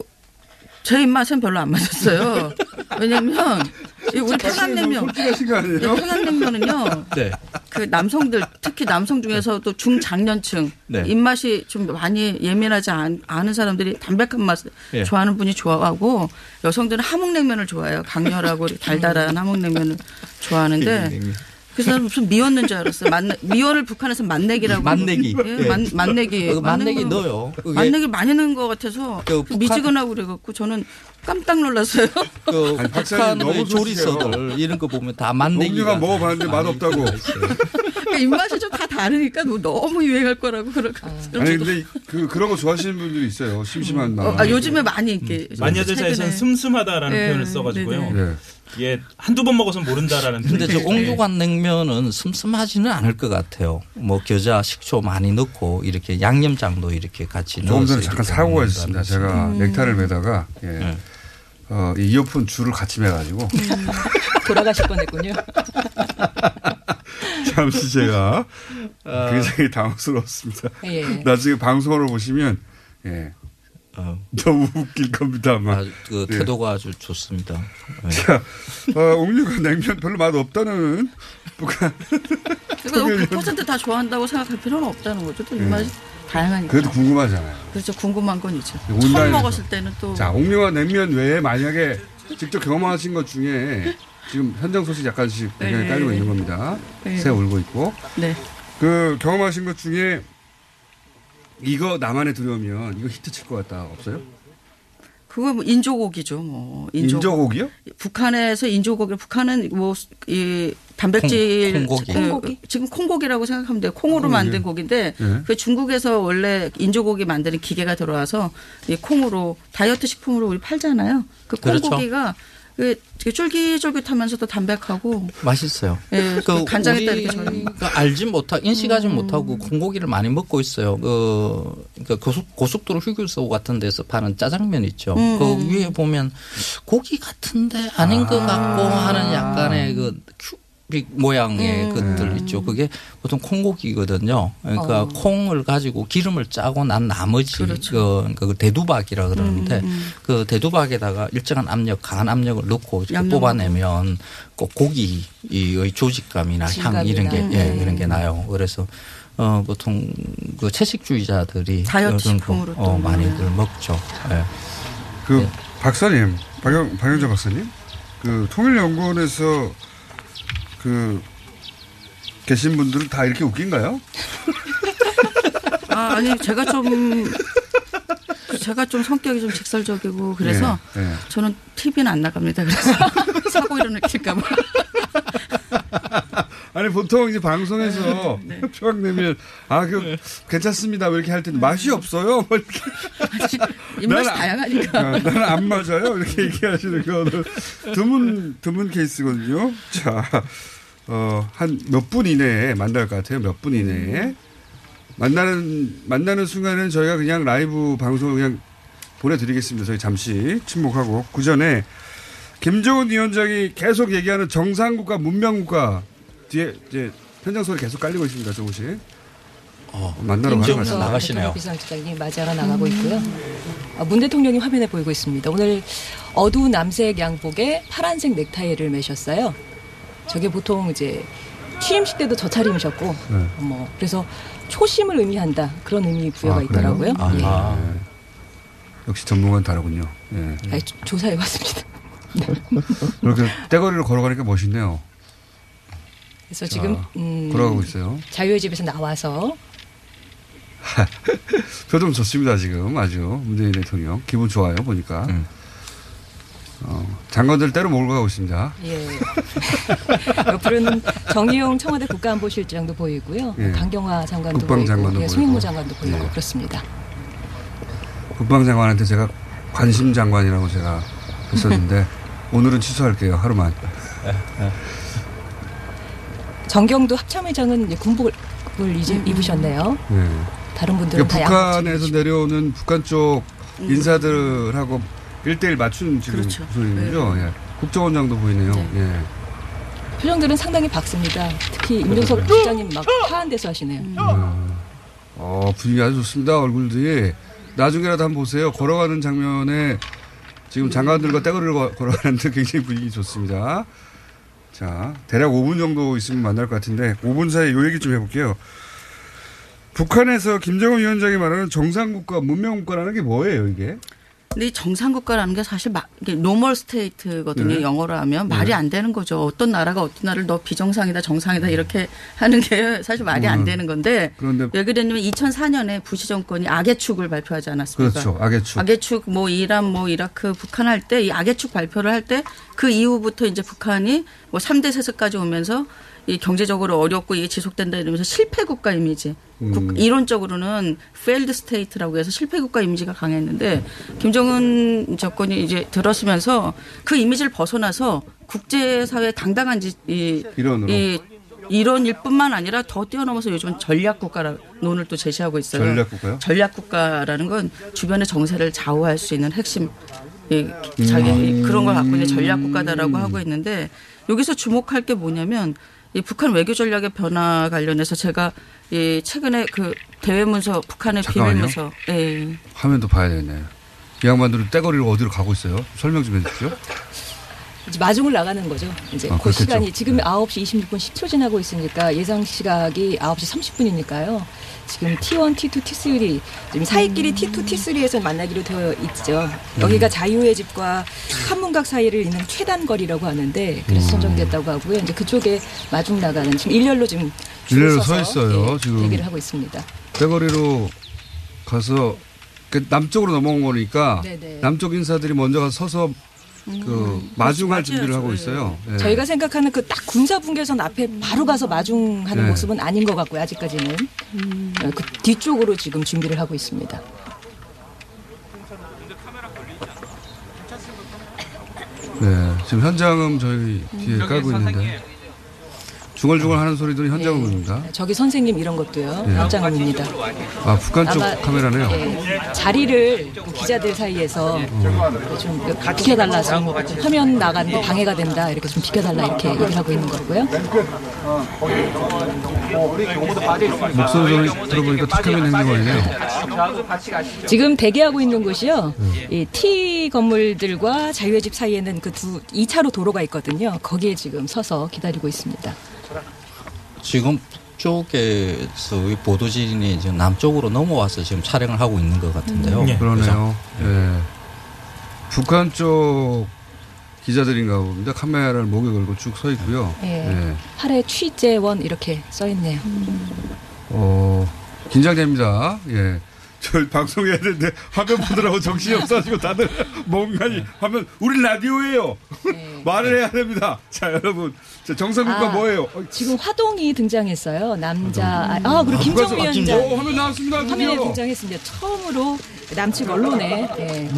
S5: 제 입맛엔 별로 안 맞았어요. 왜냐면 이 우리 평양냉면,
S2: 솔직하신 거
S5: 이
S2: 아니에요?
S5: 평양냉면은요.
S4: 네.
S5: 그 남성들 특히 남성 중에서도 중장년층
S4: 네.
S5: 입맛이 좀 많이 예민하지 않, 않은 사람들이 담백한 맛을
S4: 예.
S5: 좋아하는 분이 좋아하고 여성들은 함흥냉면을 좋아해요 강렬하고 달달한 함흥냉면을
S4: 예,
S5: 좋아하는데 그래서 나는 무슨 미원인 줄 알았어요 만, 미원을 북한에서 만내기라고
S4: 만내기.
S5: 예,
S4: 예.
S5: 만, 만내기
S4: 그 만내기
S5: 만내기는-
S4: 넣어요. 그게
S5: 만내기 많이 넣은 것 같아서
S4: 그 북한-
S5: 미지근하고 그래갖고 저는 깜짝 놀랐어요
S4: 그
S2: 아니, 박사님
S4: 북한의
S2: 너무
S4: 조리서들 이런 거 보면 다 만내기가
S2: 옥류관 먹어봤는데
S4: 아니,
S2: 맛없다고.
S5: 그러니까 입맛이 좀 다 다르니까 너무 유행할 거라고 그런 그런
S2: 아니 근데 그 그런 거 좋아하시는 분들이 있어요. 심심한 나.
S5: 어, 아, 요즘에 많이 이렇게
S3: 음. 마녀들 네. 사이에서는
S5: 최근에.
S3: 슴슴하다라는
S5: 네,
S3: 표현을 써가지고요.
S5: 네,
S2: 예.
S3: 이게 한두 번 먹어서 모른다라는.
S4: 근데 저
S3: 표현이 있는데
S4: 옥류관 냉면은 슴슴하지는 않을 것 같아요. 뭐 겨자, 식초 많이 넣고 이렇게 양념장도 이렇게 같이 넣어서
S2: 조금 전에 잠깐
S4: 이렇게
S2: 사고가
S4: 먹는다는
S2: 있었습니다. 제가 넥타를 매다가 예.
S4: 네.
S2: 어, 이 이어폰 줄을 같이 매가지고
S6: 돌아가실 뻔했군요.
S2: 잠시 제가
S4: 아.
S2: 굉장히 당황스러웠습니다.
S6: 예.
S2: 나중에 방송으로 보시면 예.
S4: 어,
S2: 너무 웃길 겁니다만.
S4: 아주 그
S2: 예.
S4: 태도가 아주 좋습니다. 네.
S2: 자, 어, 옥류관 냉면 별로 맛 없다는 북한.
S5: 그러니까 너무 100%다 좋아한다고 생각할 필요는 없다는 거죠. 또 입맛이 다양하니까.
S2: 그래도 궁금하잖아요.
S5: 그렇죠. 궁금한 건 있죠.
S2: 온라인에서.
S5: 처음 먹었을 때는 또
S2: 자, 옥류관 냉면 외에 만약에 직접 경험하신 것 중에 지금 현장 소식 약간씩 굉장히
S5: 네.
S2: 깔리고 있는 겁니다.
S5: 네.
S2: 새 울고 있고.
S5: 네.
S2: 그 경험하신 것 중에 이거 나만의 두려움이면 이거 히트 칠 것 같다 없어요?
S5: 그거 뭐 인조고기죠. 뭐 인조.
S2: 인조고기요?
S5: 북한에서 인조고기 북한은 뭐 이 단백질
S4: 콩- 콩고기.
S5: 어,
S6: 콩고기?
S5: 지금 콩고기라고 생각하면 돼요. 콩으로
S2: 콩고기.
S5: 만든 고기인데
S2: 예.
S5: 그 중국에서 원래 인조고기 만드는 기계가 들어와서 이 콩으로 다이어트 식품으로 우리 팔잖아요. 그
S4: 그렇죠.
S5: 콩고기가 그 되게 쫄깃쫄깃하면서도 담백하고
S4: 맛있어요.
S5: 예, 그 간장에 따르게 저는
S4: 우리가 그러니까 알지 못하 인식하지 못하고 콩고기를 많이 먹고 있어요. 그 그러니까 고속, 고속도로 휴게소 같은 데서 파는 짜장면 있죠. 그 위에 보면 고기 같은데 아닌 것 같고 하는 약간의 그 큐빅 모양의 것들 있죠. 그게 보통 콩고기거든요. 그러니까 콩을 가지고 기름을 짜고 난 나머지 그 그러니까 그 대두박이라 그러는데 그 대두박에다가 일정한 압력, 강한 압력을 넣고 이렇게
S5: 양념.
S4: 뽑아내면 꼭 고기의 조직감이나 향 이런 게
S6: 질감이나.
S4: 예, 이런 게 나요. 그래서 어 보통 그 채식주의자들이
S5: 다이어트
S4: 그런 거,
S5: 식품으로
S4: 어,
S5: 또.
S4: 많이들 먹죠. 예.
S2: 그
S5: 네.
S2: 박사님 박영 박영자 박사님 그 통일연구원에서 그 계신 분들은 다 이렇게 웃긴가요?
S5: 아, 아니 제가 좀 제가 좀 성격이 좀 직설적이고 그래서
S2: 예, 예.
S5: 저는 TV는 안 나갑니다. 그래서 사고 일어날까 봐.
S2: 아니 보통 이제 방송에서 평양냉면 아그 괜찮습니다 왜 이렇게 할 때는 맛이 없어요 뭐 이렇게
S5: 입맛이
S2: 나는-
S5: 다양하니까.
S2: 아, 나는 안 맞아요. 이렇게 얘기하시는 거는 드문 드문 케이스거든요. 자, 어한 몇 분 이내에 만날 것 같아요. 몇 분 이내에 만나는 만나는 순간은 저희가 그냥 라이브 방송을 그냥 보내드리겠습니다. 저희 잠시 침묵하고 그 전에 김정은 위원장이 계속 얘기하는 정상국가 문명국가 뒤에 이제 현장 소리 계속 깔리고 있습니다. 조금씩
S4: 어,
S2: 만나러 가는 것
S4: 김정은
S2: 같습니다.
S4: 나가시네요.
S6: 비상실장님 맞아가 나가고 있고요. 아, 문 대통령이 화면에 보이고 있습니다. 오늘 어두운 남색 양복에 파란색 넥타이를 매셨어요. 저게 보통 이제 취임식 때도 저 차림이셨고,
S2: 네.
S6: 뭐 그래서 초심을 의미한다 그런 의미 부여가
S2: 아, 그래요?
S6: 있더라고요. 예.
S4: 아,
S2: 예. 역시 전문가는 다르군요. 예.
S6: 아니, 조- 조사해봤습니다.
S2: 이렇게 떼거리를 걸어가니까 멋있네요.
S6: 그래서 지금
S2: 자,
S5: 네.
S6: 음,
S2: 걸어가고 있어요.
S6: 자유의 집에서 나와서
S2: 표정 좋습니다 지금 아주 문재인 대통령 기분 좋아요 보니까
S4: 음.
S2: 어, 장관들 때로 몰고 가고 있습니다.
S6: 예. 옆으로는 정의용 청와대 국가안보실장도 보이고요.
S2: 예.
S6: 강경화 장관도
S2: 국방장관도
S6: 보이고, 예,
S2: 보이고.
S6: 송영무 장관도 보이고
S2: 예.
S6: 그렇습니다.
S2: 국방장관한테 제가 관심 장관이라고 제가 했었는데 오늘은 취소할게요 하루만.
S6: 정경도 합참회장은 이제 군복을 이제 입으셨네요.
S2: 예.
S6: 다른 분들은
S2: 음. 그러니까
S6: 다
S2: 북한에서
S6: 양복
S2: 내려오는 북한 쪽 인사들하고 일대일 맞춘 지금
S5: 음. 그렇죠. 네.
S2: 소리죠. 예. 국정원장도 보이네요. 예.
S6: 표정들은 상당히 밝습니다. 특히
S2: 그렇죠.
S6: 임종석 국장님 막 파한데서 하시네요.
S2: 어, 분위기 아주 좋습니다. 얼굴들이. 나중에라도 한번 보세요. 걸어가는 장면에 지금 장관들과 떼거리를 거- 걸어가는데 굉장히 분위기 좋습니다. 자, 대략 5분 정도 있으면 만날 것 같은데 5분 사이에 요 얘기 좀 해볼게요. 북한에서 김정은 위원장이 말하는 정상국가, 문명국가라는 게 뭐예요, 이게?
S5: 근데 이 정상국가라는 게 사실 마, 이게 노멀 스테이트거든요.
S2: 네.
S5: 영어로 하면 말이 안 되는 거죠. 어떤 나라가 어떤 나라를 너 비정상이다 정상이다 이렇게 하는 게 사실 말이 안
S2: 음.
S5: 되는 건데
S2: 그런데
S5: 왜 그랬냐면 2004년에 부시 정권이 악의 축을 발표하지 않았습니까?
S2: 그렇죠. 악의 축.
S5: 악의 축, 뭐 이란, 뭐 이라크, 북한 할 때 이 악의 축 발표를 할 때 그 이후부터 이제 북한이 뭐 3대 세습까지 오면서 이 경제적으로 어렵고 이게 지속된다 이러면서 실패 국가 이미지. 국-
S2: 음.
S5: 이론적으로는 failed state라고 해서 실패 국가 이미지가 강했는데 김정은 정권이 이제 들었으면서 그 이미지를 벗어나서 국제사회 당당한 지, 이
S2: 이론으로.
S5: 이 이런 일뿐만 아니라 더 뛰어넘어서 요즘은 전략 국가라 논을 또 제시하고 있어요.
S2: 전략국가요?
S5: 전략 국가라는 건 주변의 정세를 좌우할 수 있는 핵심 이 자기
S2: 음.
S5: 이 그런 걸 갖고 있는 전략 국가다라고 하고 있는데 여기서 주목할 게 뭐냐면 이 북한 외교 전략의 변화 관련해서 제가 이 최근에 그 대외 문서 북한의 비밀
S2: 잠깐만요.
S5: 문서 예.
S2: 화면도 봐야 되네. 이 양반들은 떼거리를 어디로 가고 있어요? 설명 좀 해주십시오.
S6: 이제 마중을 나가는 거죠. 이제
S2: 아,
S6: 그
S2: 그렇겠죠.
S6: 시간이 지금 9시 26분 10초 지나고 있으니까 예상 시각이 9시 30분이니까요. 지금 T1, T2, T3 지금 사이끼리 T2, T3에서 만나기로 되어 있죠.
S2: 음.
S6: 여기가 자유의 집과 한문각 사이를 잇는 최단 거리라고 하는데 그래서
S2: 음.
S6: 선정됐다고 하고요. 이제 그쪽에 마중 나가는 지금 일렬로 지금 줄
S2: 일렬로
S6: 서서,
S2: 서 있어요,
S6: 예,
S2: 지금.
S6: 얘기를 하고 있습니다.
S2: 대거리로 가서 그 남쪽으로 넘어온 거니까
S6: 네네. 음, 그렇죠.
S2: 남쪽 인사들이 먼저 가서 서서 그 마중할 준비를 하고 있어요. 예.
S6: 저희가 생각하는 그 딱 군사 분계선 앞에 바로 가서 마중하는
S2: 네.
S6: 모습은 아닌 것 같고요. 아직까지는 어, 그 뒤쪽으로 지금 준비를 하고 있습니다.
S2: 네, 지금 현장음 저희 뒤에 깔고 있는데 중얼중얼 하는 소리들은
S6: 네.
S2: 현장음입니다.
S6: 저기 선생님 이런 것도요.
S2: 예.
S6: 현장입니다.
S2: 아 북한 쪽 카메라네요.
S6: 예, 자리를 그 기자들 사이에서
S2: 음.
S6: 그 좀 비켜달라서 화면 나가는데 방해가 된다 이렇게 좀 비켜달라 이렇게 얘기를 하고 있는 거고요.
S2: 목소리 들어보니까 툭하면 행정관이네요.
S6: 지금 대기하고 있는 곳이요.
S2: 음.
S6: 이 T 건물들과 자유의 집 사이에는 그 두 2차로 도로가 있거든요. 거기에 지금 서서 기다리고 있습니다.
S4: 지금 북쪽에서의 보도진이 지금 남쪽으로 넘어와서 지금 촬영을 하고 있는 것 같은데요.
S2: 음,
S3: 예.
S2: 그러네요. 예. 북한 쪽 기자들인가 봅니다. 카메라를 목에 걸고 쭉 서 있고요.
S6: 예.
S2: 예.
S6: 팔에 취재원 이렇게 써 있네요.
S2: 어, 긴장됩니다. 예. 저 방송해야 되는데 화면 보느라고 정신이 없어가지고 다들 뭔가니 화면 우리 라디오예요. 말을 해야 됩니다. 자 여러분, 자, 정상국가
S6: 네. 아,
S2: 뭐예요? 어,
S6: 지금 화동이 등장했어요. 남자 아, 그리고
S2: 국가에서- 오,
S6: 김정우 위원장
S2: 어, 뭐 화면 나왔습니다.
S6: 화면에
S2: 드디어.
S6: 등장했습니다. 처음으로 남측 언론에 예, 공개가 되는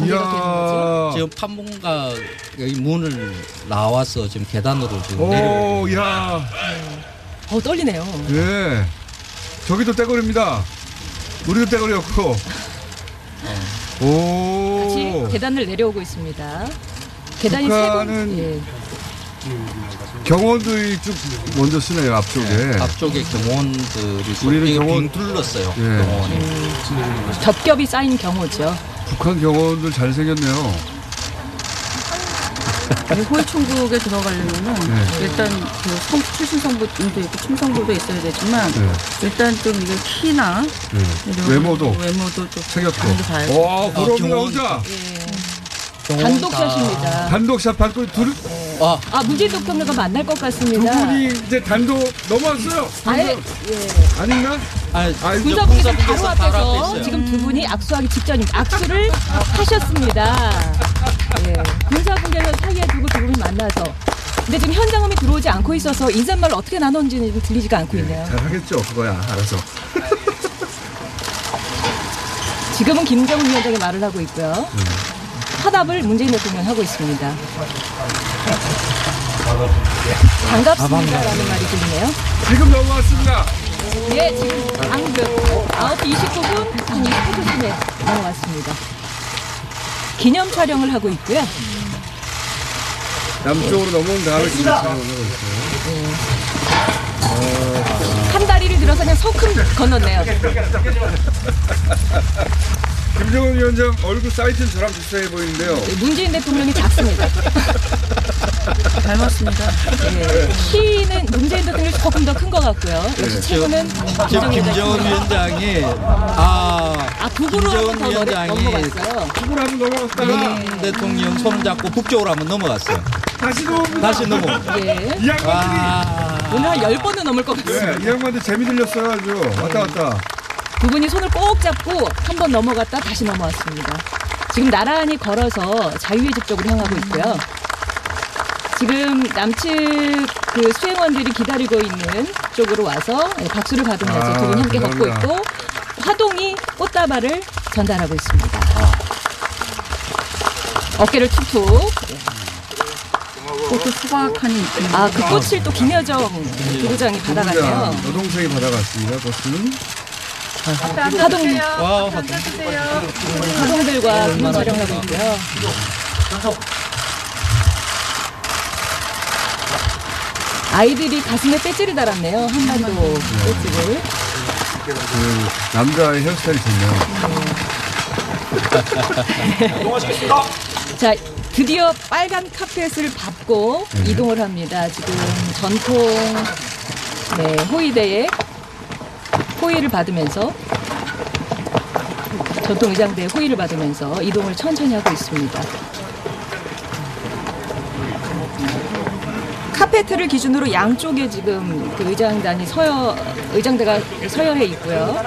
S2: 이야.
S6: 거죠.
S4: 지금 판문가 여기 문을 나와서 지금 계단으로 지금 내려.
S2: 오, 이야.
S6: 어 떨리네요.
S2: 예. 저기도 떼거리입니다. 우리도 떼거리였고.
S6: 같이
S2: 오.
S6: 계단을 내려오고 있습니다. 계단이
S2: 북한은-
S6: 세곳 예.
S2: 경원들이 쭉 먼저 쓰네요 앞쪽에.
S4: 앞쪽에 경호원들이
S2: 우리는
S4: 이게
S2: 경호원-
S4: 빙 둘렀어요.
S2: 예.
S4: 경호원이.
S6: 겹겹이 쌓인 경호죠.
S2: 북한 경원들 잘 생겼네요.
S5: 이 호위총국에 들어가려면은
S2: 네.
S5: 일단 그 성, 출신 성분도 있고 충성부도 있어야 되지만
S2: 네.
S5: 일단 좀 이게 키나 이런
S2: 외모도
S5: 외모도 좀
S2: 생겼고. 어?
S5: 많이 봐야 돼.
S2: 와, 그럼요,
S4: 경호원.
S2: 혼자.
S4: 경호원 다-
S6: 단독샷입니다.
S2: 단독샷 받고 둘,
S4: 아,
S6: 아 문재인 대통령과 만날 것
S2: 두
S6: 같습니다.
S2: 분이 이제 단독 넘어왔어요.
S6: 아예
S2: 아닌가?
S4: 아니,
S2: 아, 이제
S4: 저
S6: 군사분계선 바로
S4: 군사분계선 바로 앞에
S6: 앞에서
S4: 있어요.
S6: 지금 두 분이 악수하기 직전입니다. 악수를 하셨습니다. 예, 군사분계선 사이에 두고 두 분이 만나서. 근데 지금 현장음이 들어오지 않고 있어서 인사말을 어떻게 나누는지는 들리지가 않고 있네요.
S2: 잘하겠죠, 그거야, 알아서.
S6: 지금은 김정은 위원장이 말을 하고 있고요. 화답을 문재인 대통령 하고 있습니다. 아, 반갑습니다라는 말이 들리네요.
S2: 지금 넘어왔습니다.
S6: 예, 지금 방금 9시 29분 한 20분쯤에 넘어왔습니다. 기념 촬영을 하고 있고요.
S2: 남쪽으로 넘어온 다음에 김상원을
S6: 한 다리를 들어서 그냥 성큼 건넜네요.
S2: 김정은 위원장 얼굴 사이트는 저랑 비슷해 보이는데요.
S6: 문재인 대통령이 작습니다.
S5: 닮았습니다.
S6: 예. 키는 문재인 대통령이 조금 더 큰 것 같고요. 역시 체구는
S4: 네, 지금
S6: 김정은
S4: 김정은
S6: 위원장.
S4: 위원장이 아
S6: 아, 북으로 한번
S4: 김정은
S6: 더 넘어-
S4: 위원장이
S6: 넘어갔어요.
S2: 북으로 한번 넘어갔다가
S4: 문재인 대통령 손 잡고 북쪽으로 한번 넘어갔어요.
S2: 다시 넘어옵니다.
S4: 다시 넘어.
S6: 예.
S2: 이 양반들이
S4: 아,
S6: 오늘 한 열번은 넘을 것 같습니다.
S2: 네, 이 양반들 재미 들렸어요 아주 왔다 갔다.
S6: 두 분이 손을 꼭 잡고 한 번 넘어갔다 다시 넘어왔습니다. 지금 나란히 걸어서 자유의 집 쪽으로 향하고 있고요. 지금 남측 그 수행원들이 기다리고 있는 쪽으로 와서 예, 박수를 받으면서
S2: 아,
S6: 두 분 함께 걷고
S2: 감사합니다.
S6: 있고 화동이 꽃다발을 전달하고 있습니다. 어깨를 툭툭.
S5: 꽃도 수박하니 있긴
S6: 아, 그 꽃을 또 김여정 부부장이 받아갔네요.
S2: 동생, 여동생이 받아갔습니다. 버스는
S6: 화동
S4: 와우.
S6: 화동들과 공연 촬영하고 있고요. 아이들이 가슴에 배지를 달았네요. 한 마리도 배지를.
S2: 그 남자의 헤어스타일이 좋네요.
S6: 자, 드디어 빨간 카펫을 밟고 이동을 합니다. 지금 전통 네, 호위대에 호의를 받으면서 전통 의장대의 호의를 받으면서 이동을 천천히 하고 있습니다. 카페트를 기준으로 양쪽에 지금 그 의장단이 서여 의장대가 서열해 있고요.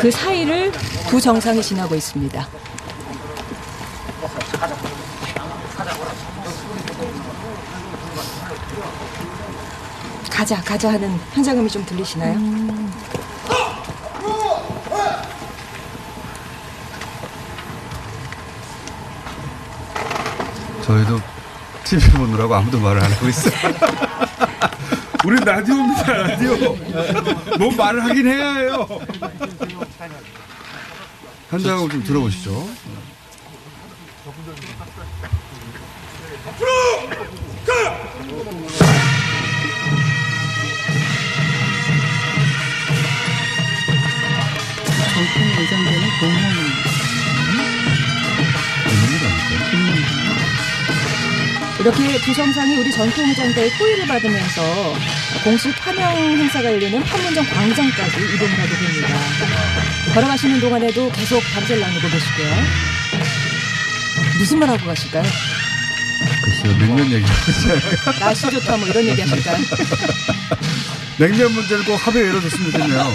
S6: 그 사이를 두 정상이 지나고 있습니다. 가자 가자 하는 현장음이 좀 들리시나요?
S2: 저희도 TV 보느라고 아무도 말을 안 하고 있어요. 우리 라디오입니다, 라디오. 뭐 말을 하긴 해야 해요. 현장을 좀 들어보시죠.
S5: 정통 예정되는 공항입니다.
S6: 이렇게 두 정상이 우리 전통의장대의 호의를 받으면서 공식 파명 행사가 열리는 판문점 광장까지 이동을 하게 됩니다. 걸어가시는 동안에도 계속 담소를 나누고 계시고요. 무슨 말 하고 가실까요?
S2: 글쎄요, 냉면 얘기.
S6: 날씨 좋다 뭐 이런 얘기 하실까요?
S2: 냉면 문제를 꼭 합의에 이뤄줬으면 좋겠네요.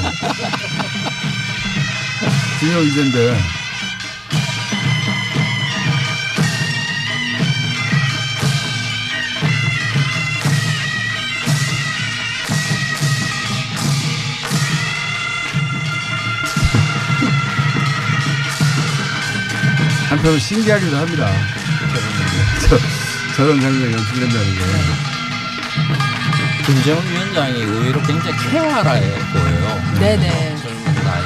S2: 중요한 이제인데. 한편으로 신기하기도 합니다. 저, 저런 장면을 연출한다는 게.
S4: 김정은 위원장이 의외로 굉장히 쾌활해 보여요.
S6: 네네.
S4: 젊은 나이.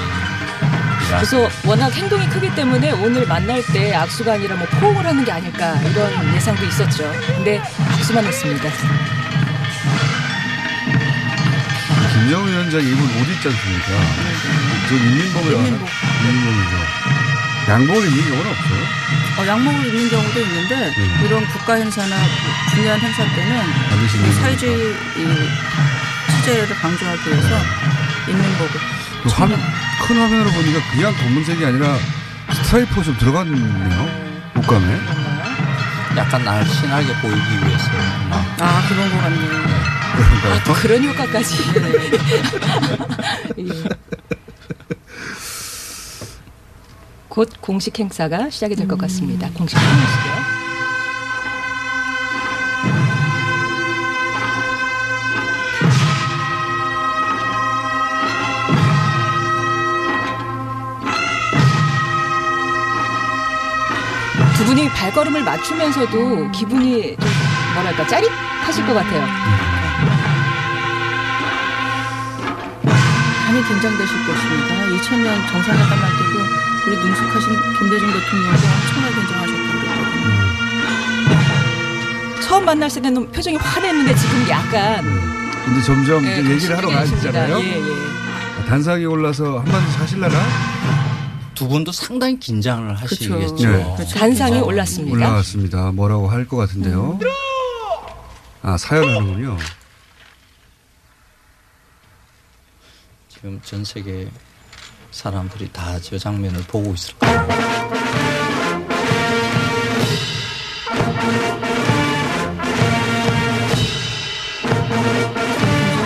S6: 그래서 워낙 행동이 크기 때문에 오늘 만날 때 악수가 아니라 뭐 포옹을 하는 게 아닐까 이런 예상도 있었죠. 근데 악수만 했습니다.
S2: 김정은 위원장 입은 옷 있지 않습니까? 저 인민복을
S5: 인민복.
S2: 인민복이죠. 양복을 입는 경우는 없어요.
S5: 어, 양복을 입는 경우도 있는데
S2: 음.
S5: 이런 국가 행사나 중요한 행사 때는
S2: 반드시
S5: 이
S2: 입는
S5: 그 사회주의 이 취재를 강조하기 위해서 입는 거고
S2: 그 화, 큰 화면으로 보니까 그냥 검은색이 아니라 스트라이프가 좀 들어갔네요. 옷감에.
S4: 약간 날씬하게 보이기 위해서.
S5: 아 그런 거 같네요.
S6: 아, 또
S2: 그런가요?
S6: 그런 효과까지. 예. 곧 공식 행사가 시작이 될 것 같습니다. 공식 행사요. 두 분이 발걸음을 맞추면서도 기분이 좀 뭐랄까 짜릿하실 것 같아요.
S5: 많이 긴장되실 것입니다. 2000년 정상회담 할 때도 우리 능숙하신 김대중 대통령도 엄청나게 긴장하셨던 거거든요.
S6: 처음 만났을 때는 표정이 화냈는데 지금 약간
S2: 근데 점점
S6: 예,
S2: 음, 이제 얘기를 하러
S6: 정신이
S2: 가시잖아요.
S6: 예, 예.
S2: 단상에 올라서 한마디씩 하실라나?
S4: 두 분도 상당히 긴장을 하시겠죠.
S2: 네.
S6: 그렇죠. 단상에 올랐습니다.
S2: 올라왔습니다. 뭐라고 할 것 같은데요. 아, 사연하는군요.
S4: 지금 전 세계 사람들이 다 저 장면을 보고 있을 거예요.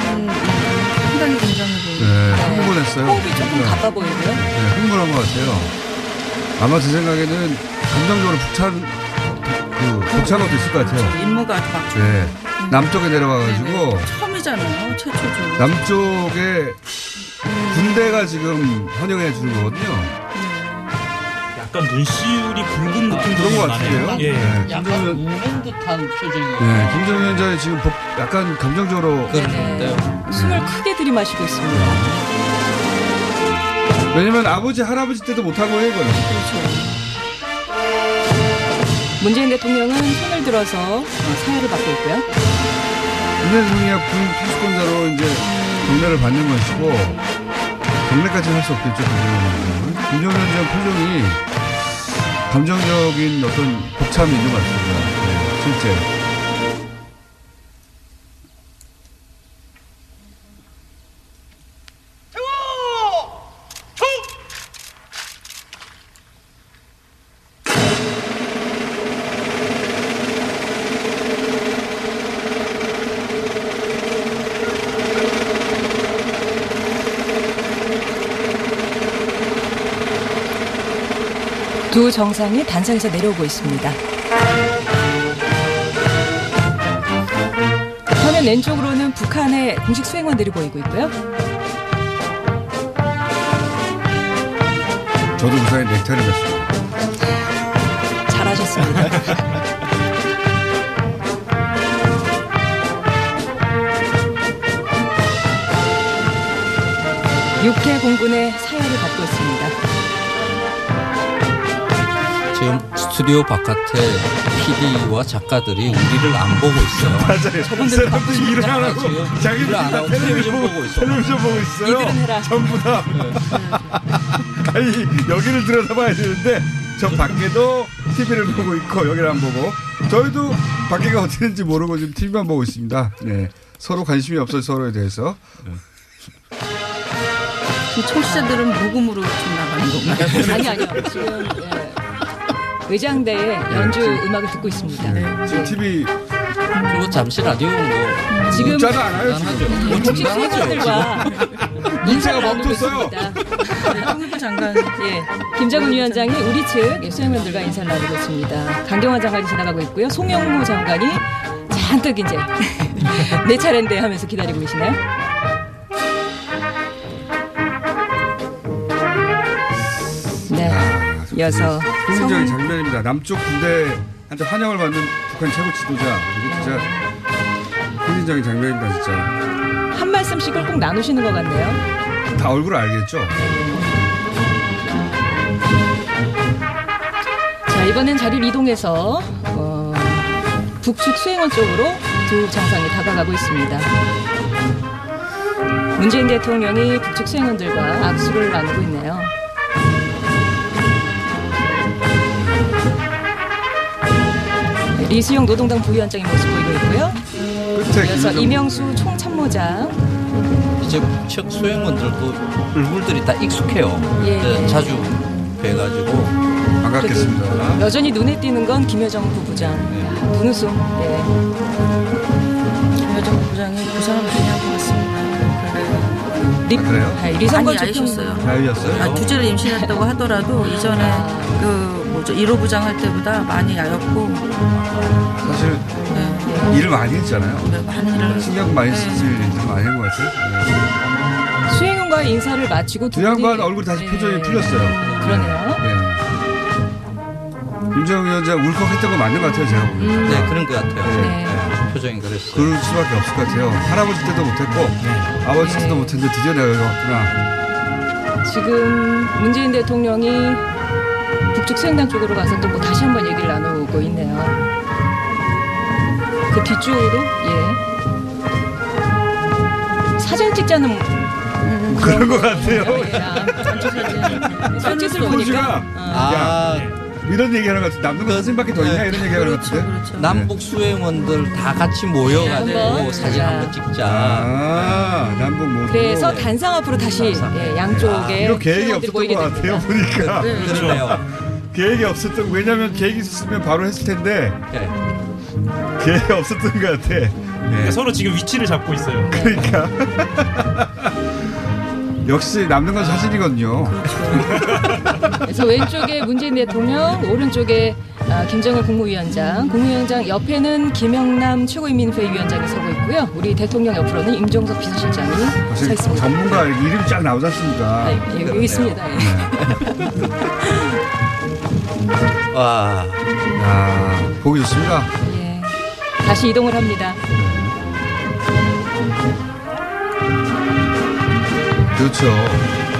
S5: 상당히 긴장해 보이는
S2: 네, 흥분했어요.
S6: 호흡이 조금
S2: 네.
S6: 가빠 보이고요.
S2: 네, 흥분한 것 같아요. 아마 제 생각에는 감정적으로 북한 그 북한 것도 있을 것 같아요.
S5: 임무가 아주 막
S2: 네, 남쪽에 내려와가지고
S5: 처음이잖아요. 최초죠.
S2: 남쪽에 군대가 지금 환영해 주는 거거든요.
S3: 약간 눈시울이 붉은 느낌도
S2: 아, 그런 것
S3: 좀
S2: 같은데요.
S3: 나네요. 예.
S2: 네,
S4: 약간 우는 듯한 표정이.
S2: 네, 김정은 위원장이 지금 복- 약간 감정적으로
S6: 그렇죠.
S4: 그런데요.
S6: 네. 숨을
S2: 네.
S6: 크게 들이마시고 있습니다.
S2: 왜냐면 아버지 할아버지 때도 못한 거예요, 이거는.
S6: 문재인 대통령은 손을 들어서 어, 사회를 받고 있고요.
S2: 김대중이 군 피수권자로 이제 경례를 받는 것이고 경례까지 는 할 수 없겠죠, 그 김정은 위원장은. 김정은 위원장 표정이 감정적인 어떤 복참이 있는 것 같습니다. 네, 실제.
S6: 두 정상이 단상에서 내려오고 있습니다. 화면 왼쪽으로는 북한의 공식 수행원들이 보이고 있고요.
S2: 저도 우산에 넥타이를 맸습니다.
S6: 잘하셨습니다. 육해 공군의 사열을 받고 있습니다.
S4: 네. 지금 스튜디오 바깥에 PD와 작가들이 우리를 안 보고 있어요.
S6: 저분들
S2: 사람들이 일을 안 하고
S4: 일을 안 하고 텔레비전 보고 있어. 음.
S2: 텔레비전 보고 있어요.
S6: 이들은 해라.
S2: 전부 다. 아니 여기를 들여다봐야 되는데 저 밖에도 TV를 보고 있고 여기를 안 보고 저희도 밖에가 어떻게 되는지 모르고 지금 TV만 보고 있습니다. 네. 서로 관심이 없어요 서로에 대해서.
S5: 지금 그 청취자들은 녹음으로 지금 나가는 건가요?
S6: 아니 아니요 지금 예, 의장대에 연주
S2: 네, 지금-
S6: 음악을 듣고 있습니다.
S2: 네. 지금
S6: 예.
S2: TV
S4: 그리고 잠시 라디오 뭐
S6: 지금
S2: 문자도 안 와요 지금.
S4: 중단하죠. 뭐 중단하죠.
S6: 공식 수행원들과
S2: 문자가
S6: 인사를 나누고
S2: 멈췄어요.
S6: 있습니다.
S5: 통일부 네, 장관
S6: 예, 김정은 위원장이 우리 측 수행원들과 인사를 나누고 있습니다. 강경화 장관이 지나가고 있고요. 송영무 장관이 잔뜩 이제 내 차례인데 하면서 기다리고 계시나요? 네,
S2: 아,
S6: 이어서
S2: 흥미적인 장면입니다. 남쪽 군대한테 환영을 받는 북한 최고 지도자. 이게 진짜 흥미적인 장면입니다, 진짜.
S6: 한 말씀씩을 꼭 나누시는 것 같네요.
S2: 다 얼굴 알겠죠?
S6: 자 이번엔 자리를 이동해서 어, 북측 수행원 쪽으로 두 정상이 다가가고 있습니다. 문재인 대통령이 북측 수행원들과 악수를 나누고 있네요. 네, 리수영 노동당 부위원장의 모습 보이고 있고요.
S2: 끝에
S6: 이어서
S2: 김정은
S6: 이명수 총참모장,
S4: 이제 척 수행원들도 얼굴들이 다 익숙해요.
S6: 예.
S4: 이제 자주 뵈가지고
S2: 반갑겠습니다.
S6: 여전히 눈에 띄는 건 김여정 부부장, 눈웃음. 네.
S5: 김여정 부장이
S6: 그
S5: 고생을 많이 한 것 같습니다.
S6: 리,
S2: 아, 그래요?
S6: 네,
S5: 많이
S6: 리선건 대통령
S5: 아이셨어요.
S2: 자유였어요.
S5: 아, 두째를 임신했다고 하더라도 이전에 그 뭐죠 1호 부장 할 때보다 많이 야였고
S2: 사실
S5: 네,
S2: 일을 많이 했잖아요.
S5: 네, 많은 일을
S2: 신경 많이 쓰실 일들 많이 한 것 같아요. 네.
S6: 수행원과 인사를 마치고
S2: 두 양반 얼굴 다시 표정이 풀렸어요.
S6: 네. 그러네요.
S2: 네. 김정은 위원장 울컥했던 거 맞는 것 같아요, 제가 보기엔.
S4: 네 그런 것 같아요.
S6: 음. 네.
S4: 네, 표정이 그랬어요.
S2: 그럴 수밖에 없을 것 같아요. 할아버지 때도 못했고,
S6: 네.
S2: 아버지 때도 못했는데 드디어 내가 여기 왔구나.
S6: 지금 문재인 대통령이 북측 수행단 쪽으로 가서 또 뭐 다시 한번 얘기를 나누고 있네요. 그 뒤쪽으로 예 사진 찍자는
S2: 뭐 그런 것 같아요.
S6: 손짓을
S2: 손주가
S6: 보니까 어,
S4: 아,
S2: 네. 이런 얘기하는 것 같아. 남는 거 선생님밖에 더 있냐
S6: 네.
S2: 이런 얘기하는 것
S6: 그렇죠,
S2: 같은데.
S5: 그렇죠.
S2: 네.
S4: 남북 수행원들 다 같이 모여가지고
S6: 네, 한번.
S4: 사진 한번 찍자.
S2: 아, 남북 모두.
S6: 아, 네. 그래서 단상 앞으로 다시
S4: 단상.
S6: 예, 양쪽에
S2: 아, 이거 계획이
S6: 팀원들이
S2: 없었던
S6: 모이게
S2: 것 같아요,
S6: 됩니다.
S2: 보니까. 그렇죠.
S4: 그러네요.
S2: 계획이 없었던, 거. 왜냐면 계획이 있었으면 바로 했을 텐데,
S4: 네.
S2: 계획이 없었던 것 같아. 네.
S3: 그러니까 서로 지금 위치를 잡고 있어요.
S2: 그러니까. 역시 남는 건 사진이거든요.
S6: 그래서 왼쪽에 문재인 대통령, 오른쪽에 아, 김정은 국무위원장, 국무위원장 옆에는 김영남 최고인민회 위원장이 서고 있고요. 우리 대통령 옆으로는 임종석 비서실장이 서
S2: 사실
S6: 있습니다. 네.
S2: 전문가 이름이 쫙 나오지 않습니까?
S6: 아, 예,
S2: 네.
S6: 여기 있습니다. 예.
S4: 예.
S2: 야,
S4: 와,
S2: 아, 보기 좋습니다.
S6: 예. 다시 이동을 합니다.
S2: 그렇죠.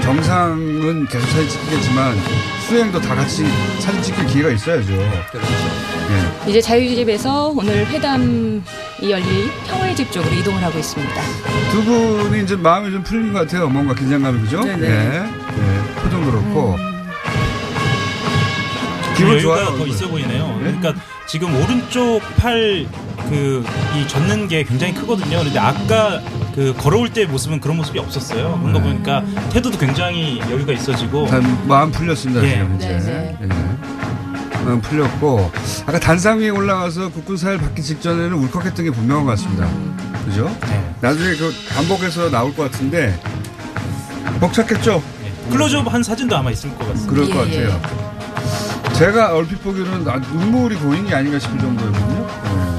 S2: 정상은 계속 사진 찍겠지만, 수행도 다 같이 사진 찍힐 기회가 있어야죠.
S4: 그렇죠.
S2: 예.
S6: 이제 자유집에서 오늘 회담이 열릴 평화의집 쪽으로 이동을 하고 있습니다.
S2: 두 분이 이제 마음이 좀 풀린 것 같아요. 뭔가 긴장감이 그죠?
S5: 네네. 음.
S2: 예. 예. 표정 그렇고. 기분 좋아요.
S3: 여유가 더
S2: 얼굴.
S3: 있어 보이네요.
S2: 네?
S3: 그러니까 지금 오른쪽 팔 그 이 젖는 게 굉장히 크거든요. 근데 아까 그 걸어올 때 모습은 그런 모습이 없었어요. 뭔가 보니까 태도도 굉장히 여유가 있어지고
S2: 네. 다 마음 풀렸습니다.
S3: 예.
S2: 지금 이제.
S6: 네,
S2: 예. 마음 풀렸고. 아까 단상 위에 올라가서 국군 사일 받기 직전에는 울컥했던 게 분명한 것 같습니다. 그죠?
S3: 네.
S2: 나중에 그 반복해서 나올 것 같은데 벅찼겠죠?
S3: 예. 클로즈업 한 사진도 아마 있을 것 같습니다.
S2: 그럴
S5: 예,
S2: 것 같아요. 제가 얼핏 보기로는 아, 눈물이 보이는 게 아닌가 싶을 정도거든요. 네.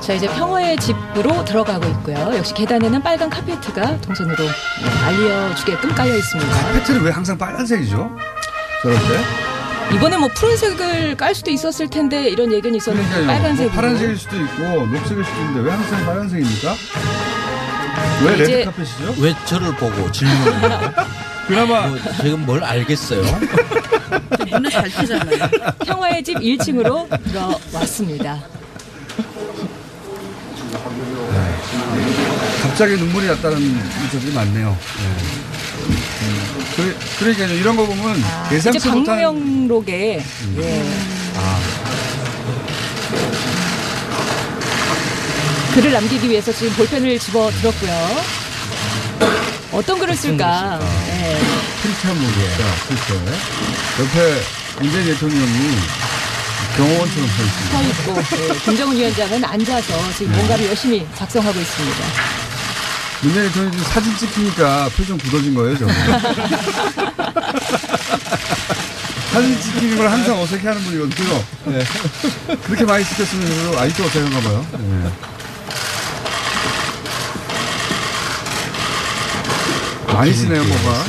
S6: 자 이제 평화의 집으로 들어가고 있고요. 역시 계단에는 빨간 카페트가 동선으로 네, 알려주게끔 깔려 있습니다.
S2: 카페트는 왜 항상 빨간색이죠? 저럴 때?
S6: 이번에 뭐 푸른색을 깔 수도 있었을 텐데 이런 예견이 있었는데
S2: 그러니까요.
S6: 빨간색으로
S2: 뭐 파란색일 수도 있고 녹색일 수도 있는데 왜 항상 빨간색입니까? 왜
S6: 이제-
S2: 레드 카펫이죠?
S4: 왜 저를 보고 질문을 해요?
S2: 그나마
S4: 뭐 지금 뭘 알겠어요?
S5: 눈에 잘 띄잖아요.
S6: 평화의 집 1층으로 들어왔습니다.
S2: 갑자기 눈물이 났다는 분들이 많네요. 네. 음. 그래, 그러니까요. 이런 거 보면
S6: 아, 이제
S2: 예상치 못한
S6: 방무영록에 예. 글을 남기기 위해서 지금 볼펜을 집어 들었고요. 어떤 글을 쓸까? 예.
S2: 그렇죠, 필터물이에요. 필터. 뭐. 네, 그렇죠. 옆에 문재인 대통령이 경호원처럼 서 있습니다.
S6: 서 있고 예. 김정은 위원장은 앉아서 지금 뭔가를 열심히 작성하고 있습니다.
S2: 문재인 대통령이 지금 사진 찍히니까 표정 굳어진 거예요, 저거. 사진 찍히는 걸 항상 어색해 하는 분이거든요. 네. 그렇게 많이 찍혔으면 별로 아직도 어색한가 봐요. 네. 많이 쓰네요, 뭐가.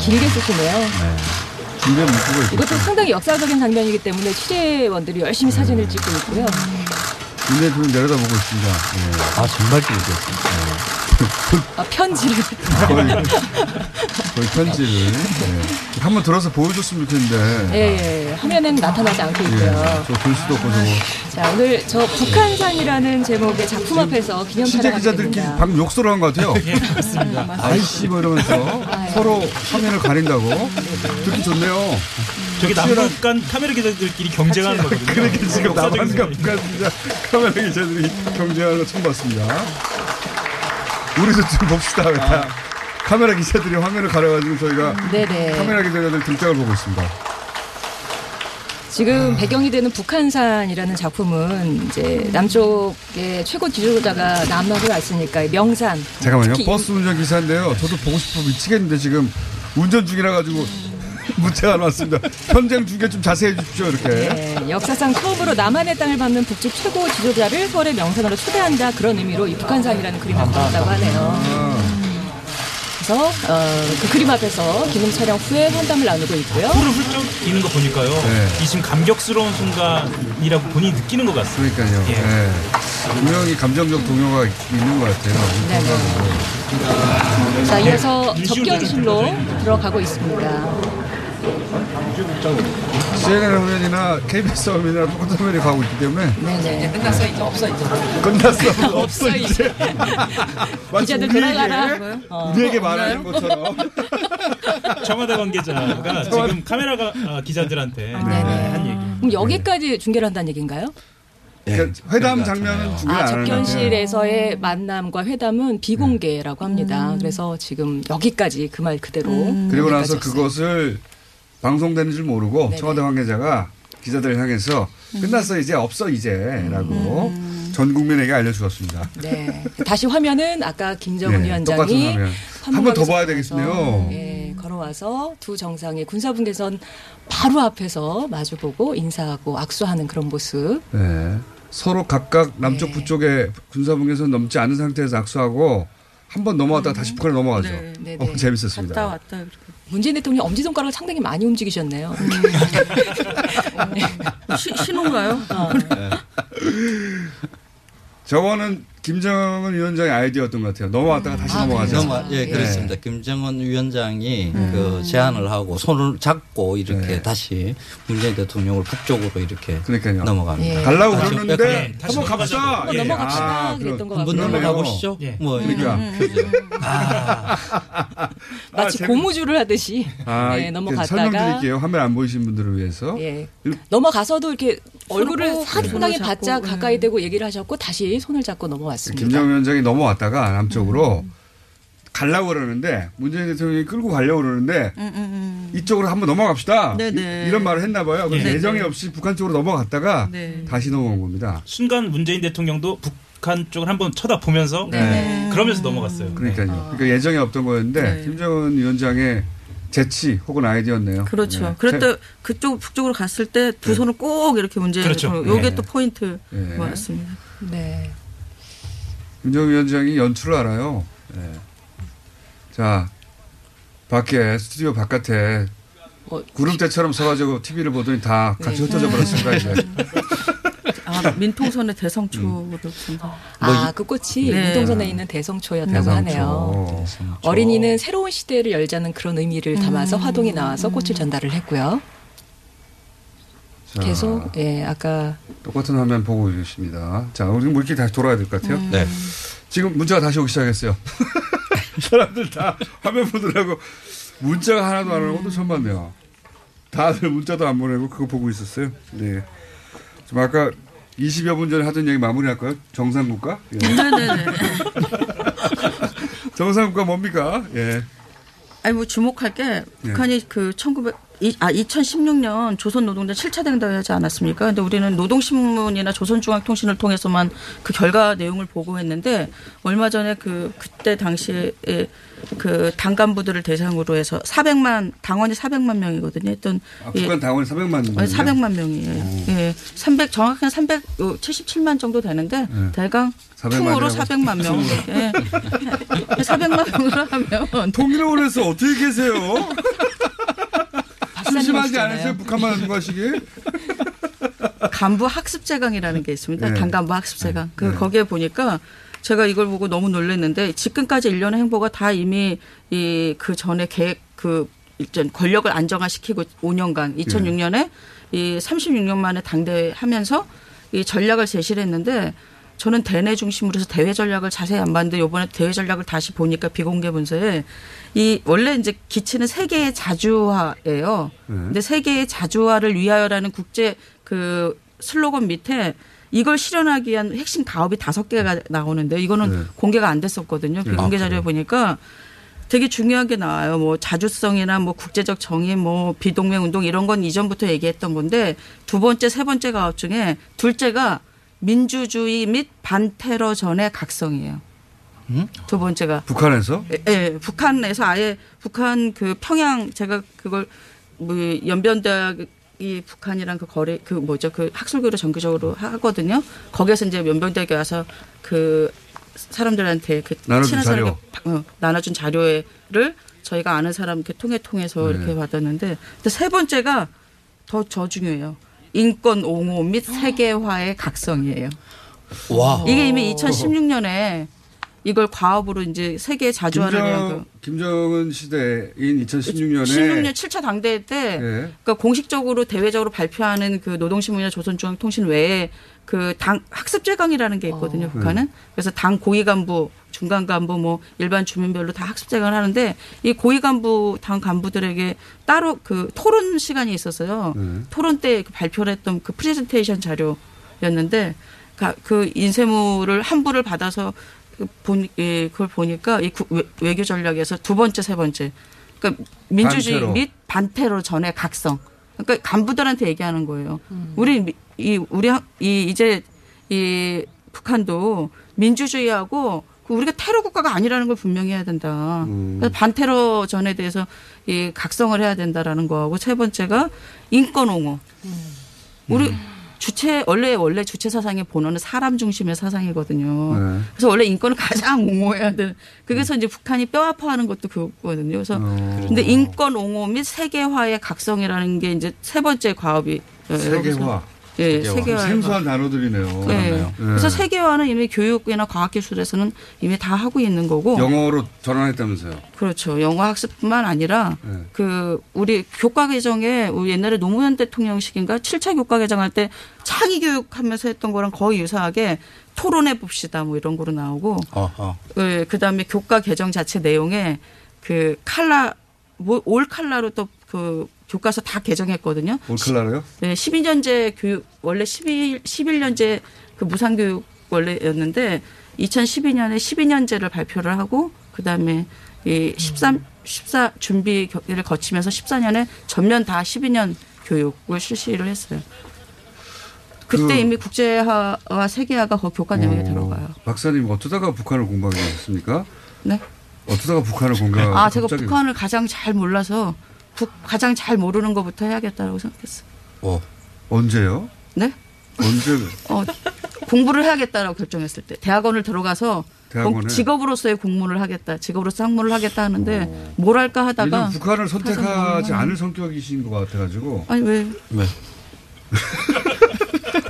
S6: 길게 쓰시네요.
S2: 준비에 묶고 있고.
S6: 이것도 상당히 역사적인 장면이기 때문에 취재원들이 열심히 사진을 찍고 있고요.
S2: 문재인 대통령 내려다보고 있습니다.
S4: 아 정말 기대돼.
S6: 아, 편지를
S2: 예. 거의, 거의 편지를. 예. 한번 들어서 보여줬으면 좋겠는데.
S6: 예, 예. 화면에는 나타나지 않고 있고요.
S2: 예. 저볼 수도 없고 저거.
S6: 자 오늘 저 북한산이라는 제목의 작품 앞에서
S2: 취재
S6: 기념촬영을 하게
S2: 기자들끼리
S6: 됩니다.
S2: 방금 욕설을 한 것 같아요. 아이씨 뭐 이러면서 서로 화면을 가린다고 듣기 좋네요.
S3: 저기 남북 간 카메라 기자들끼리 경쟁하는 거거든요.
S2: 그렇게 지금
S3: 역사적인
S2: 남한과
S3: 순간이.
S2: 북한 진짜 카메라 기자들이 경쟁하는 거 처음 봤습니다. 아. 우리도 좀 봅시다. 그냥. 카메라 기자들이 화면을 가려가지고 저희가
S6: 네네.
S2: 카메라 기자들 등짝을 보고 있습니다.
S6: 지금 배경이 되는 북한산이라는 작품은 이제 남쪽의 최고 지도자가 남한을 왔으니까 이 명산.
S2: 잠깐만요.
S6: 특히
S2: 버스 운전 기사인데요. 저도 보고 싶어 미치겠는데 지금 운전 중이라 가지고 문자가 안 왔습니다. 현장 중계 좀 자세히 해주십시오. 이렇게.
S6: 네, 역사상 처음으로 남한의 땅을 밟는 북측 최고 지도자를 서울의 명산으로 초대한다 그런 의미로 이 북한산이라는 그림을 그렸다고 하네요.
S2: 아,
S6: 그래서 어, 그 그림 앞에서 기념 촬영 후에 환담을 나누고 있고요.
S3: 코를 훌쩍 이는 거 보니까요.
S2: 네.
S3: 이 지금 감격스러운 순간이라고 본인이 느끼는 것 같습니다.
S2: 그러니까요.
S3: 예.
S2: 예. 분명히 감정적 동요가 있는 것 같아요.
S6: 네, 네. 자, 이어서
S3: 네,
S6: 접견실로 들어가고 있습니다.
S2: CNN 화면이나 KBS 화면이나 똑같은 화면이 가고 있기 때문에
S6: 네네.
S7: 끝났어 이제 없어 이제.
S2: 끝났어. 없어
S6: 이제.
S2: 마치
S6: 기자들
S2: 우리에게,
S7: 네,
S6: 돌아가라. 어.
S2: 우리에게 말하는 것처럼. 그러니까
S3: 청와대 관계자가 지금 카메라가 아, 기자들한테
S2: 네.
S7: 네.
S3: 한 얘기.
S6: 그럼 여기까지 중계를 한다는 얘기인가요?
S4: 예,
S2: 그러니까 회담
S4: 그런 것
S2: 장면은
S4: 같아요.
S2: 중요 네.
S6: 아,
S2: 안 하는데. 네. 음.
S6: 접견실에서의 만남과 회담은 비공개라고 합니다. 그래서 지금 여기까지 그 말 그대로.
S2: 그리고
S6: 여기까지
S2: 나서
S6: 했어요.
S2: 그것을 방송되는 줄 모르고 청와대 관계자가 기자들을 향해서
S6: 음.
S2: 끝났어 이제 없어 이제라고 전 국민에게 알려주었습니다.
S6: 네. 다시 화면은 아까 김정은
S2: 네, 똑같은
S6: 위원장이
S2: 화면.
S6: 한번
S2: 한번더
S6: 더
S2: 봐야 되겠네요.
S6: 예, 걸어와서 두 정상의 군사분계선 바로 앞에서 마주보고 인사하고 악수하는 그런 모습.
S2: 네. 서로 각각 남쪽
S6: 네.
S2: 북쪽에 군사분계선 넘지 않은 상태에서 악수하고 한 번 넘어왔다가 다시 북한으로 넘어가죠.
S5: 네.
S6: 음. 네,
S2: 어,
S6: 네.
S2: 재밌었습니다.
S5: 갔다 왔다 이렇게.
S6: 문재인 대통령 엄지손가락을 상당히 많이 움직이셨네요.
S5: 시, 신호인가요? 음,
S6: 어.
S2: 저거는 김정은 위원장의 아이디어였던 것 같아요. 넘어왔다가 다시 넘어가죠.
S6: 음. 그래요?
S4: 넘어- 예,
S6: 네.
S4: 그렇습니다. 김정은 위원장이 그 제안을 하고 손을 잡고 이렇게
S2: 예.
S4: 다시 문재인 대통령을 북쪽으로 이렇게
S2: 그러니까요.
S4: 넘어갑니다.
S6: 예.
S2: 갈라고
S4: 다시
S2: 그러는데
S4: 예,
S2: 한번
S3: 다시 넘어가자고.
S2: 갑시다.
S3: 한번
S2: 예.
S6: 넘어갑시다.
S2: 그럼
S6: 그랬던 것
S4: 한번
S6: 그러네요. 음,
S4: 넘어가 보시죠.
S3: 예.
S4: 뭐 이렇게
S2: 그러니까
S4: 표정.
S6: 마치 고무줄을 하듯이
S2: 아,
S6: 네, 넘어갔다가
S2: 설명드릴게요. 화면 안 보이신 분들을 위해서.
S6: 예. 넘어가서도 이렇게 얼굴을
S5: 손을 꼭
S6: 상당히
S5: 잡고,
S6: 바짝
S5: 예.
S6: 가까이 대고 얘기를 하셨고 다시 손을 잡고 넘어왔습니다. 음.
S2: 김정은 위원장이 넘어왔다가 남쪽으로 가려고 그러는데 문재인 대통령이 끌고 가려고 그러는데
S5: 음, 음, 음.
S2: 이쪽으로 한번 넘어갑시다.
S5: 네네.
S2: 이, 런 말을 했나 봐요. 그래서
S3: 네.
S2: 예정이 없이 북한 쪽으로 넘어갔다가
S5: 네.
S2: 다시 넘어온 겁니다.
S3: 순간 문재인 대통령도 북한 쪽을 한번 쳐다보면서
S2: 네.
S3: 그러면서 넘어갔어요.
S2: 그러니까요. 그러니까 예정이 없던 거였는데
S5: 네.
S2: 김정은 위원장의 재치 혹은 아이디어였네요.
S5: 그렇죠.
S2: 네.
S5: 그랬다 그쪽 북쪽으로 갔을 때 두 손을 꼭 이렇게 문제.
S3: 그렇죠.
S5: 요게
S2: 네.
S5: 또 포인트
S2: 네.
S5: 맞습니다.
S6: 네.
S2: 김정은 위원장이 연출을 알아요. 네. 자, 밖에 스튜디오 바깥에
S6: 어,
S2: 구름대처럼 서가지고 TV를 보더니 다
S5: 네.
S2: 같이 흩어져 버렸습니다. 이제.
S5: 아 민통선의 대성초를 본다.
S6: 아, 그 꽃이
S5: 네.
S6: 유동선에 있는 대성초였다고 하네요.
S2: 대상초.
S6: 어린이는 새로운 시대를 열자는 그런 의미를 담아서 화동에 나와서 꽃을 전달을 했고요.
S2: 자,
S6: 계속 예, 아까
S2: 똑같은 화면 보고 계십니다. 자, 우리 뭐 이렇게 다시 돌아야 될 것 같아요.
S4: 네.
S2: 지금 문자가 다시 오기 시작했어요. 사람들 다 화면 보느라고 문자가 하나도 안 오는 것도 처음 봤네요. 다들 문자도 안 보내고 그거 보고 있었어요. 네. 좀 아까 20여 분 전에 하던 얘기 마무리할까요? 정상국가? 예.
S5: 네네네.
S2: 정상국가 뭡니까? 예.
S5: 아니 뭐 주목할
S2: 네.
S5: 게 북한이 그 1900, 이- 아 2016년 조선 노동자 7차 행동회 하지 않았습니까? 근데 우리는 노동신문이나 조선중앙통신을 통해서만 그 결과 내용을 보고했는데 얼마 전에 그 그때 당시에 그당 간부들을 대상으로 해서 400만 당원이 400만 명이거든요. 했던
S2: 아,
S5: 이-
S2: 북한 당원이 300만 명.
S5: 예. 아니, 400만 명이에요. 예. 300 정확히는 377만 정도 되는데
S2: 네.
S5: 대강
S2: 400만
S5: 통으로
S2: 이라고.
S5: 400만 명. 예. 400만 명으로 하면
S2: 통일을 해서 어떻게 계세요?
S6: 박사님
S2: 심심하지
S6: 오시잖아요.
S2: 않으세요? 북한만 하시기?
S5: 간부 학습제강이라는 게 있습니다.
S2: 네.
S5: 당간부 학습제강. 그
S2: 네.
S5: 거기에 보니까 제가 이걸 보고 너무 놀랐는데 지금까지 일련의 행보가 다 이미 이 그 전에 계획 그 일전 권력을 안정화시키고 5년간
S2: 네.
S5: 2006년에 이 36년 만에 당대회 하면서 이 전략을 제시를 했는데 저는 대내 중심으로 해서 대외 전략을 자세히 안 봤는데 요번에 대외 전략을 다시 보니까 비공개 분서에 이 원래 이제 기치는 세계의 자주화예요. 근데 세계의 자주화를 위하여라는 국제 그 슬로건 밑에 이걸 실현하기 위한 핵심 가업이 다섯 개가 나오는데 이거는
S2: 네.
S5: 공개가 안 됐었거든요. 비공개 자료에 보니까 되게 중요한 게 나와요. 뭐 자주성이나 뭐 국제적 정의, 뭐 비동맹 운동 이런 건 이전부터 얘기했던 건데 두 번째, 세 번째 가업 중에 둘째가 민주주의 및 반테러 전의 각성이에요. 두 번째가
S2: 북한에서?
S5: 예, 예, 북한에서 아예 북한 그 평양 제가 그걸 뭐 연변대학이 북한이랑 그 거래 그 뭐죠 그 학술교류 정기적으로 하거든요. 거기에서 이제 연변대학에 와서 그 사람들한테 그
S2: 나눠준 자료.
S5: 사람에게 바- 어, 나눠준 자료를 저희가 아는 사람 이렇게 통해 통해서
S2: 네.
S5: 이렇게 받았는데 근데 세 번째가 더 저 중요해요. 인권 옹호 및 세계화의 각성이에요.
S4: 와.
S2: 어.
S5: 이게 이미 2016년에 이걸 과업으로 이제 세계에 자주하는
S2: 김정, 김정은 시대인 2016년에
S5: 16년 7차 당대회 때
S2: 예.
S5: 그러니까 공식적으로 대외적으로 발표하는 그 노동신문이나 조선중앙통신 외에 그 당 학습제 강이라는 게 있거든요. 북한은 그래서 당 고위 간부, 중간 간부, 뭐 일반 주민별로 다 학습제 강을 하는데 이 고위 간부 당 간부들에게 따로 그 토론 시간이 있었어요.
S2: 네.
S5: 토론 때 그 발표를 했던 그 프레젠테이션 자료였는데 가- 그 인쇄물을 한 부를 받아서 그 본, 예, 그걸 보니까 이 구- 외- 외교 전략에서 두 번째 세 번째 그러니까 민주주의
S2: 반테러.
S5: 및 반테러 전의 각성 그러니까 간부들한테 얘기하는 거예요. 우리 미- 이 우리 하- 이 이제 이 북한도 민주주의하고 그 우리가 테러 국가가 아니라는 걸 분명히 해야 된다.
S2: 음.
S5: 그래서 반테러 전에 대해서 이 각성을 해야 된다라는 거하고 세 번째가 인권 옹호.
S2: 음.
S5: 우리 주체 원래 원래 주체 사상의 본원은 사람 중심의 사상이거든요.
S2: 네.
S5: 그래서 원래 인권을 가장 옹호해야 되는 그래서 이제 북한이 뼈 아파하는 것도 그거거든요. 그래서
S2: 어.
S5: 근데 인권 옹호 및 세계화의 각성이라는 게 이제 세 번째 과업이
S2: 예, 세계화.
S5: 예,
S4: 세계화.
S5: 세계화.
S2: 생소한 단어들이네요.
S5: 예. 그래서
S2: 예.
S5: 세계화는 이미 교육이나 과학기술에서는 이미 다 하고 있는 거고
S2: 영어로 전환했다면서요.
S5: 그렇죠. 영어 학습뿐만 아니라
S2: 네.
S5: 그 우리 교과 개정에 우리 옛날에 노무현 대통령 시기인가 7차 교과 개정할 때 창의 교육하면서 했던 거랑 거의 유사하게 토론해 봅시다 뭐 이런 거로 나오고
S4: 어, 어.
S5: 예, 그다음에 교과 개정 자체 내용에 그 칼라 뭐 올 칼라로 또 그 교과서 다 개정했거든요.
S2: 올클라로요?
S5: 네, 12년제 교육 원래 11 11년제 그 무상 교육 원래였는데 2012년에 12년제를 발표를 하고 그다음에 이 13, 14 준비를 거치면서 14년에 전면 다 12년 교육을 실시를 했어요. 그때
S2: 그- 음.
S5: 이미 국제화와 세계화가 그 교과 내용에 들어가요.
S2: 박사님 어쩌다가 북한을 공부하게 되셨습니까?
S5: 네.
S2: 어쩌다가 북한을 공부하게
S5: 아, 제가
S2: 네. 갑자기-
S5: 북한을 가장 잘 몰라서 북, 가장 잘 모르는 것부터 해야겠다라고 생각했어요.
S4: 어.
S2: 언제요?
S5: 네?
S2: 언제
S5: 어, 공부를 해야겠다라고 결정했을 때 대학원을 들어가서
S2: 대학원에?
S5: 공- 직업으로서의 공무를 하겠다, 직업으로서 학문을 하겠다 하는데 뭘 할까 하다가
S2: 요즘 어. 북한을 선택하지
S5: 가서
S2: 않을 성격이신 것 같아가지고
S5: 아니 왜
S4: 네.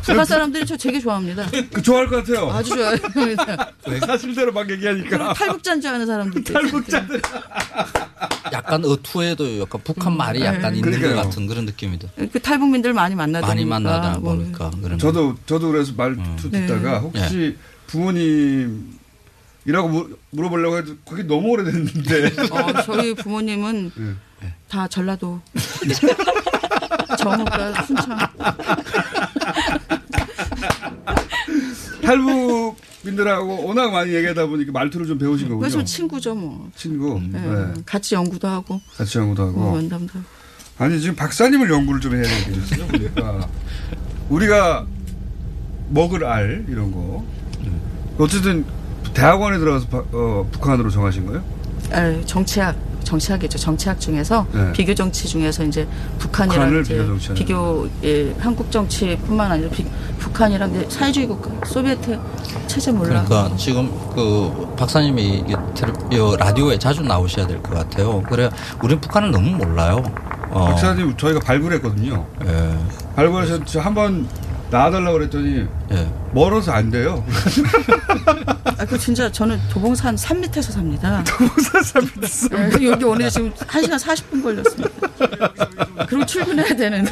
S5: 북한 사람들이 저 되게 좋아합니다.
S2: 그 좋아할 것 같아요. 네,
S5: 아주 좋아요.
S2: 사실대로 막 얘기하니까
S5: 탈북자인 줄 아는 사람들.
S4: 약간 어투에도 약간 북한 말이 약간 있는 것
S2: 그러니까요.
S4: 같은 그런 느낌이다.
S5: 그 탈북민들 많이 만나다
S4: 많이
S5: 보니까
S4: 만나다
S5: 뭐
S4: 보니까 그러면
S2: 저도 저도 그래서 말투
S5: 네.
S2: 듣다가 혹시 부모님이라고 물- 물어보려고 해도 그게 너무 오래됐는데
S5: 어, 저희 부모님은
S2: 네.
S5: 다 전라도. 정읍과 순창.
S2: 탈북민들하고 워낙 많이 얘기하다 보니까 말투를 좀 배우신 거군요.
S5: 그래서 친구죠 뭐.
S2: 친구,
S5: 예,
S2: 네. 어. 음.
S5: 같이 연구도 하고
S2: 같이 연구도 하고.
S5: 뭐 면담도 하고.
S2: 아니 지금 박사님을 연구를 좀 해야 되겠어요. 보니까 우리가 먹을 알 이런 거 어쨌든 대학원에 들어가서 바- 어, 북한으로 정하신 거예요?
S5: 에, 아, 정치학 정치학이죠. 정치학 중에서
S2: 네.
S5: 비교 정치 중에서 이제 북한이랑
S2: 북한을
S5: 이제
S2: 비교 정치하는
S5: 비교 예, 한국 정치뿐만 아니라 비- 북한이랑 이제 사회주의 국가 소비에트 체제 몰라.
S4: 그러니까 지금 그 박사님이 이 텔- 이 라디오에 자주 나오셔야 될 것 같아요. 그래 우리 북한을 너무 몰라요. 어.
S2: 박사님 저희가 발굴했거든요.
S4: 예.
S2: 발굴해서 저 한번 나와달라고 그랬더니
S4: 예.
S2: 멀어서 안 돼요.
S5: 아, 그 진짜 저는 도봉산 산밑에 서 삽니다. 도봉산 산밑에서 여기 오늘 지금 1시간 40분 걸렸습니다. 그리고 출근해야 되는데.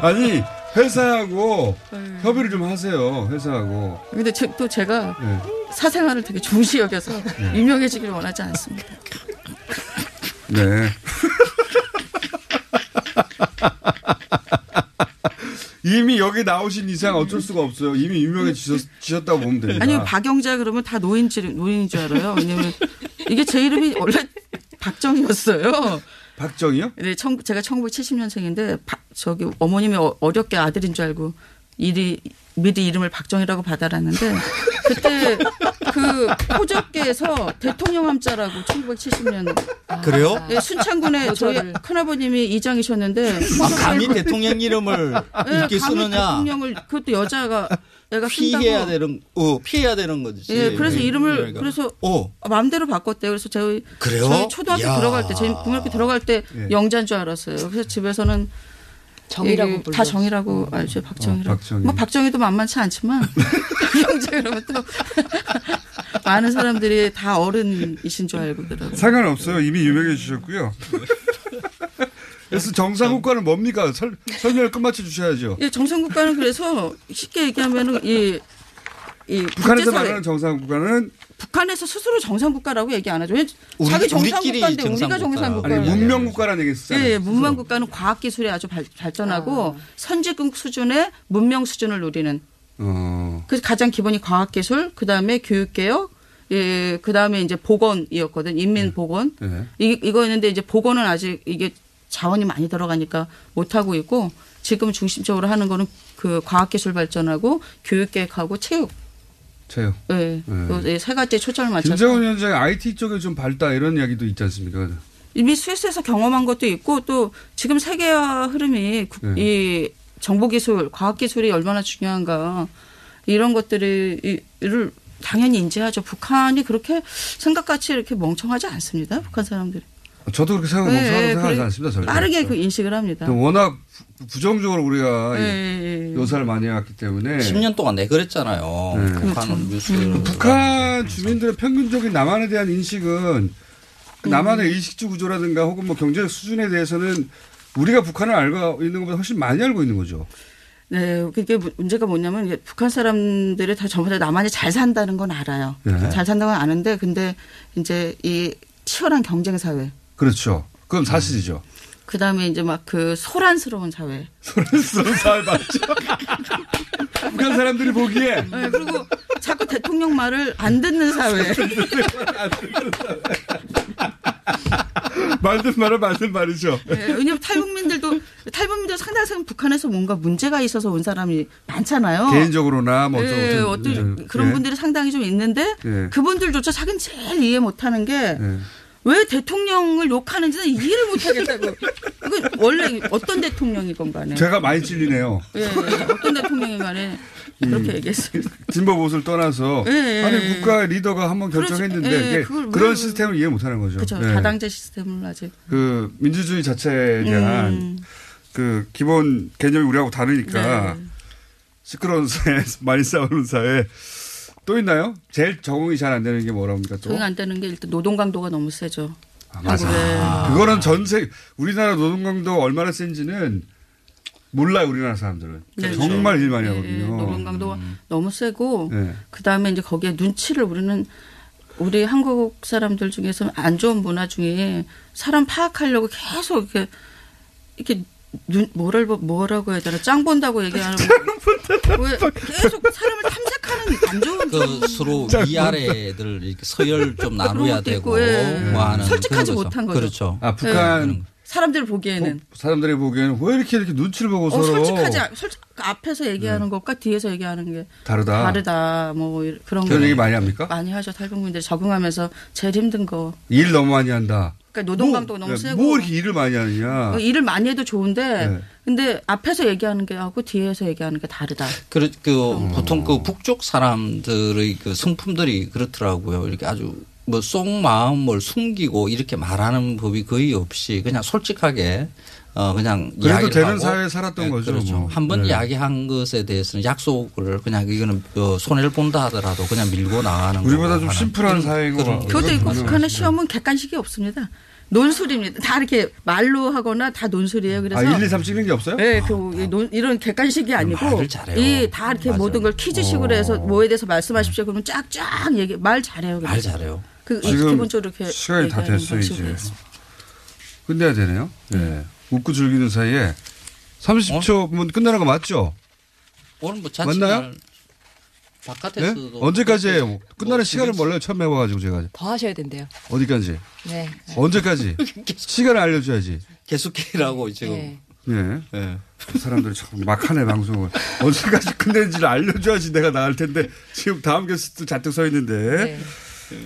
S2: 아니 회사하고 협의를 좀 하세요. 회사하고
S5: 근데 제- 또 제가
S2: 예.
S5: 사생활을 되게 중시 여겨서 유명해지길 원하지 않습니다.
S2: 네. 이미 여기 나오신 이상 어쩔 수가 없어요. 이미 유명해지셨, 다고 보면 됩니다.
S5: 아니 박영자 그러면 다 노인지 노인인 줄 알아요. 왜냐면 이게 제 이름이 원래 박정이었어요.
S2: 박정희요?
S5: 근데 청- 제가 1970년생인데 저기 어머님이 어- 어렵게 아들인 줄 알고 이리 미리 이름을 박정이라고 받아놨는데 그때 그 호적계에서 대통령 함자라고 1970년
S4: 그래요?
S5: 예, 순창군에 저희 큰아버님이 이장이셨는데
S4: 아, 감히 대통령 이름을
S5: 예,
S4: 이렇게
S5: 감히
S4: 쓰느냐?
S5: 대통령을 그것도 여자가 애가 쓴다고
S4: 피해야 되는, 어, 피해야 되는 거지.
S5: 예, 그래서 이름을
S4: 그러니까.
S5: 그래서
S4: 어,
S5: 마음대로 바꿨대요. 그래서 저희
S4: 그래요?
S5: 저희 초등학교
S4: 야.
S5: 들어갈 때, 저희 중학교 들어갈 때
S2: 예.
S5: 영자인 줄 알았어요. 그래서 집에서는
S6: 정이라고 음.
S5: 이게
S6: 불러.
S5: 다 정이라고
S4: 어,
S5: 알죠. 박정희라고.
S2: 어, 박정희.
S5: 뭐 박정희도 만만치 않지만 영자 이러면 또 많은 사람들이 다 어른이신 줄 알고 그러고.
S2: 상관없어요. 이미 유명해 주셨고요. 그래서 정상국가는 뭡니까? 설, 설명을 끝마쳐 주셔야죠.
S5: 예, 정상국가는 그래서 쉽게 얘기하면은 이, 이
S2: 북한에서
S5: 국제사회-
S2: 말하는 정상국가는
S5: 북한에서 스스로 정상국가라고 얘기 안 하죠. 왜
S4: 우리-
S5: 자기
S4: 우리끼리
S5: 정상국가인데 우리가
S4: 정상국가.
S2: 아니
S5: 정상국가를.
S4: 그걸-
S2: 뭐 문명국가라는 얘기
S5: 예,
S2: 쓰잖아요.
S5: 예, 문명 국가는 아. 과학 기술이 아주 발, 발전하고 선진국 수준의 문명 수준을 누리는
S2: 어,
S5: 그 가장 기본이 과학 기술, 그다음에 교육 개혁, 예, 그다음에 이제 보건이었거든. 인민 보건.
S2: 예.
S5: 이, 이거였는데 이제 보건은 아직 이게 자원이 많이 들어가니까 못 하고 있고 지금 중심적으로 하는 거는 그 과학 기술 발전하고 교육 계획하고 체육.
S2: 저요.
S5: 예. 그세 가지에 초점을 맞춰서
S2: 김정은 위원장이 IT 쪽에 좀 밝다 이런 이야기도 있지 않습니까?
S5: 이미 스위스에서 경험한 것도 있고 또 지금 세계화 흐름이 국-
S2: 네.
S5: 이 정보 기술, 과학 기술이 얼마나 중요한가 이런 것들을 당연히 인지하죠. 북한이 그렇게 생각같이 이렇게 멍청하지 않습니다. 북한 사람들이
S2: 저도 그렇게 생각, 멍청하고
S5: 예, 예,
S2: 생각하지
S5: 그래-
S2: 않습니다. 절대.
S5: 빠르게 그 인식을 합니다.
S2: 워낙 부- 부정적으로 우리가
S5: 예, 예, 예.
S2: 묘사를 많이 해왔기 때문에
S4: 10년 동안 내그랬잖아요.
S2: 네.
S5: 그렇죠.
S4: 네. 음. 북한 뉴스. 그러니까
S2: 북한 주민들의 평균적인 남한에 대한 인식은 그 남한의
S5: 음.
S2: 일식주 구조라든가 혹은 뭐 경제적 수준에 대해서는 우리가 북한을 알고 있는 것보다 훨씬 많이 알고 있는 거죠.
S5: 네, 그게 무- 문제가 뭐냐면 이게 북한 사람들이 다 전부 다 나만이 잘 산다는 건 알아요.
S2: 네.
S5: 잘 산다는 건 아는데 근데 이제 이 치열한 경쟁 사회,
S2: 그렇죠. 그럼 사실이죠.
S5: 그 다음에 이제 막 그 소란스러운 사회.
S2: 소란스러운 사회 맞죠? 북한 사람들이 보기에
S5: 네, 그리고 자꾸 대통령 말을 안 듣는 사회.
S2: 만든 말은 맞는 말이죠.
S5: 네, 왜냐면 탈북민들도 탈북민들 상당히 생각- 북한에서 뭔가 문제가 있어서 온 사람이 많잖아요.
S2: 개인적으로나 뭐 어쩌고
S5: 예,
S2: 저쩌고
S5: 어떤
S2: 저쩌고.
S5: 그런
S2: 예.
S5: 분들이 상당히 좀 있는데
S2: 예.
S5: 그분들조차 자기는 제일 이해 못하는 게 왜
S2: 예.
S5: 대통령을 욕하는지는 이해를 못하겠다고. 이건 원래 어떤 대통령이건 간에
S2: 제가 많이 찔리네요.
S5: 예, 어떤 대통령이 간에
S2: 음.
S5: 그렇게 얘기했어요.
S2: 진보 보수를 떠나서
S5: 예, 예,
S2: 아니
S5: 예.
S2: 국가 리더가 한 번
S5: 그렇지.
S2: 결정했는데
S5: 예,
S2: 이게
S5: 그걸 왜-
S2: 그런 시스템을 이해 못하는 거죠.
S5: 그렇죠.
S2: 예.
S5: 다당제 시스템을 아직.
S2: 그 민주주의 자체에 대한
S5: 음.
S2: 그 기본 개념이 우리하고 다르니까
S5: 네.
S2: 시끄러운 사회에서 많이 싸우는 사회 또 있나요? 제일 적응이 잘 안 되는 게 뭐랍니까 또?
S5: 적응 안 되는 게 일단 노동 강도가 너무 세죠.
S2: 아, 맞아.
S5: 한국에. 예,
S2: 그거는 전세 우리나라 노동강도 얼마나 센지는 몰라요 우리나라 사람들은
S5: 네.
S2: 정말 일 많이
S5: 예, 예, 노동
S2: 하거든요. 음.
S5: 강도가 너무 세고
S2: 예.
S5: 그다음에 이제 거기에 눈치를 우리는 우리 한국 사람들 중에서 안 좋은 문화 중에 사람 파악하려고 계속 이렇게 이렇게 눈 뭐를 보- 뭐라고 해야 되나 짱 본다고 얘기하는 왜 계속 사람을 탐색하는 안 좋은
S4: 그 서로 위아래들 이렇게 서열 좀
S5: 그런
S4: 나눠야
S5: 것도
S4: 되고
S5: 있고, 예.
S4: 뭐 하는
S5: 솔직하지
S4: 그런 거죠.
S5: 못한 거죠.
S4: 그렇죠.
S2: 아 북한
S5: 사람들 보기에는
S2: 호- 사람들이 보기에는 왜 이렇게 이렇게 눈치를 보고
S5: 네. 어,
S2: 서로 네.
S5: 솔직하지 않- 솔직 앞에서 얘기하는 것과 뒤에서 얘기하는 게
S2: 다르다.
S5: 다르다 뭐 이- 그런
S2: 그런
S5: 거
S2: 얘기 많이 합니까?
S5: 많이 하죠 탈북민들이 적응하면서 제일 힘든 거
S2: 일 너무 많이 한다.
S5: 그러니까 노동
S2: 뭐,
S5: 강도가 너무
S2: 네,
S5: 세고
S2: 뭐 이렇게 일을 많이 하느냐.
S5: 어, 일을 많이 해도 좋은데
S2: 네.
S5: 근데 앞에서 얘기하는 게 하고 뒤에서 얘기하는 게 다르다.
S2: 어,
S4: 그, 그
S2: 음.
S4: 보통 그 북쪽 사람들의 그 성품들이 그렇더라고요. 이렇게 아주 뭐 속 마음을 숨기고 이렇게 말하는 법이 거의 없이 그냥 솔직하게 어 그냥
S2: 그래도
S4: 이야기를
S2: 되는
S4: 하고
S2: 사회에 살았던 거죠,
S4: 그렇죠.
S2: 뭐.
S4: 한 번
S2: 네.
S4: 이야기한 것에 대해서는 약속을 그냥 이거는 어, 손해를 본다 하더라도 그냥 밀고 나가는
S2: 우리보다
S4: 거고
S2: 좀
S4: 하는
S2: 심플한
S4: 그런-
S2: 사회인 거
S4: 그런
S2: 같아요.
S5: 그것도 있고
S2: 그건
S5: 북한의
S2: 정말-
S5: 시험은 객관식이 없습니다. 논술입니다. 다 이렇게 말로 하거나 다 논술이에요. 그래서
S2: 아, 1, 2, 3 찍는 게 없어요?
S5: 예, 그 이, 논, 이런 객관식이 아니고
S4: 말을 잘해요.
S5: 이 다 이렇게
S4: 맞아요.
S5: 모든 걸
S2: 어.
S5: 퀴즈식으로 해서 뭐에 대해서 말씀하십시오. 그러면 쫙쫙 얘기 말 잘해요.
S4: 말 잘해요.
S5: 그
S2: 지금
S5: 기본적으로 이렇게
S2: 시간이 다
S5: 얘기하는
S2: 됐어요,
S5: 방식으로
S2: 이제.
S5: 해서.
S2: 끝내야 되네요. 예. 웃고 즐기는 사이에
S5: 어?
S2: 30초면 뭐 끝나는 거 맞죠?
S4: 오늘 뭐 자칫
S2: 맞나요?
S4: 날
S2: 예?
S4: 바깥에서도
S2: 언제까지 해요? 끝나는
S4: 뭐
S2: 시간을
S4: 집에서-
S2: 몰라요. 처음 해봐가지고 제가.
S6: 더 하셔야 된대요.
S2: 어디까지?
S6: 네.
S2: 언제까지? 시간을 알려줘야지.
S4: 계속해라고 지금
S6: 네.
S2: 예.
S4: 예.
S2: 사람들이 참 막하네 방송을 언제까지 끝내는지를 알려줘야지 내가 나갈 텐데 지금 다음 게스트 잔뜩 서 있는데
S6: 네.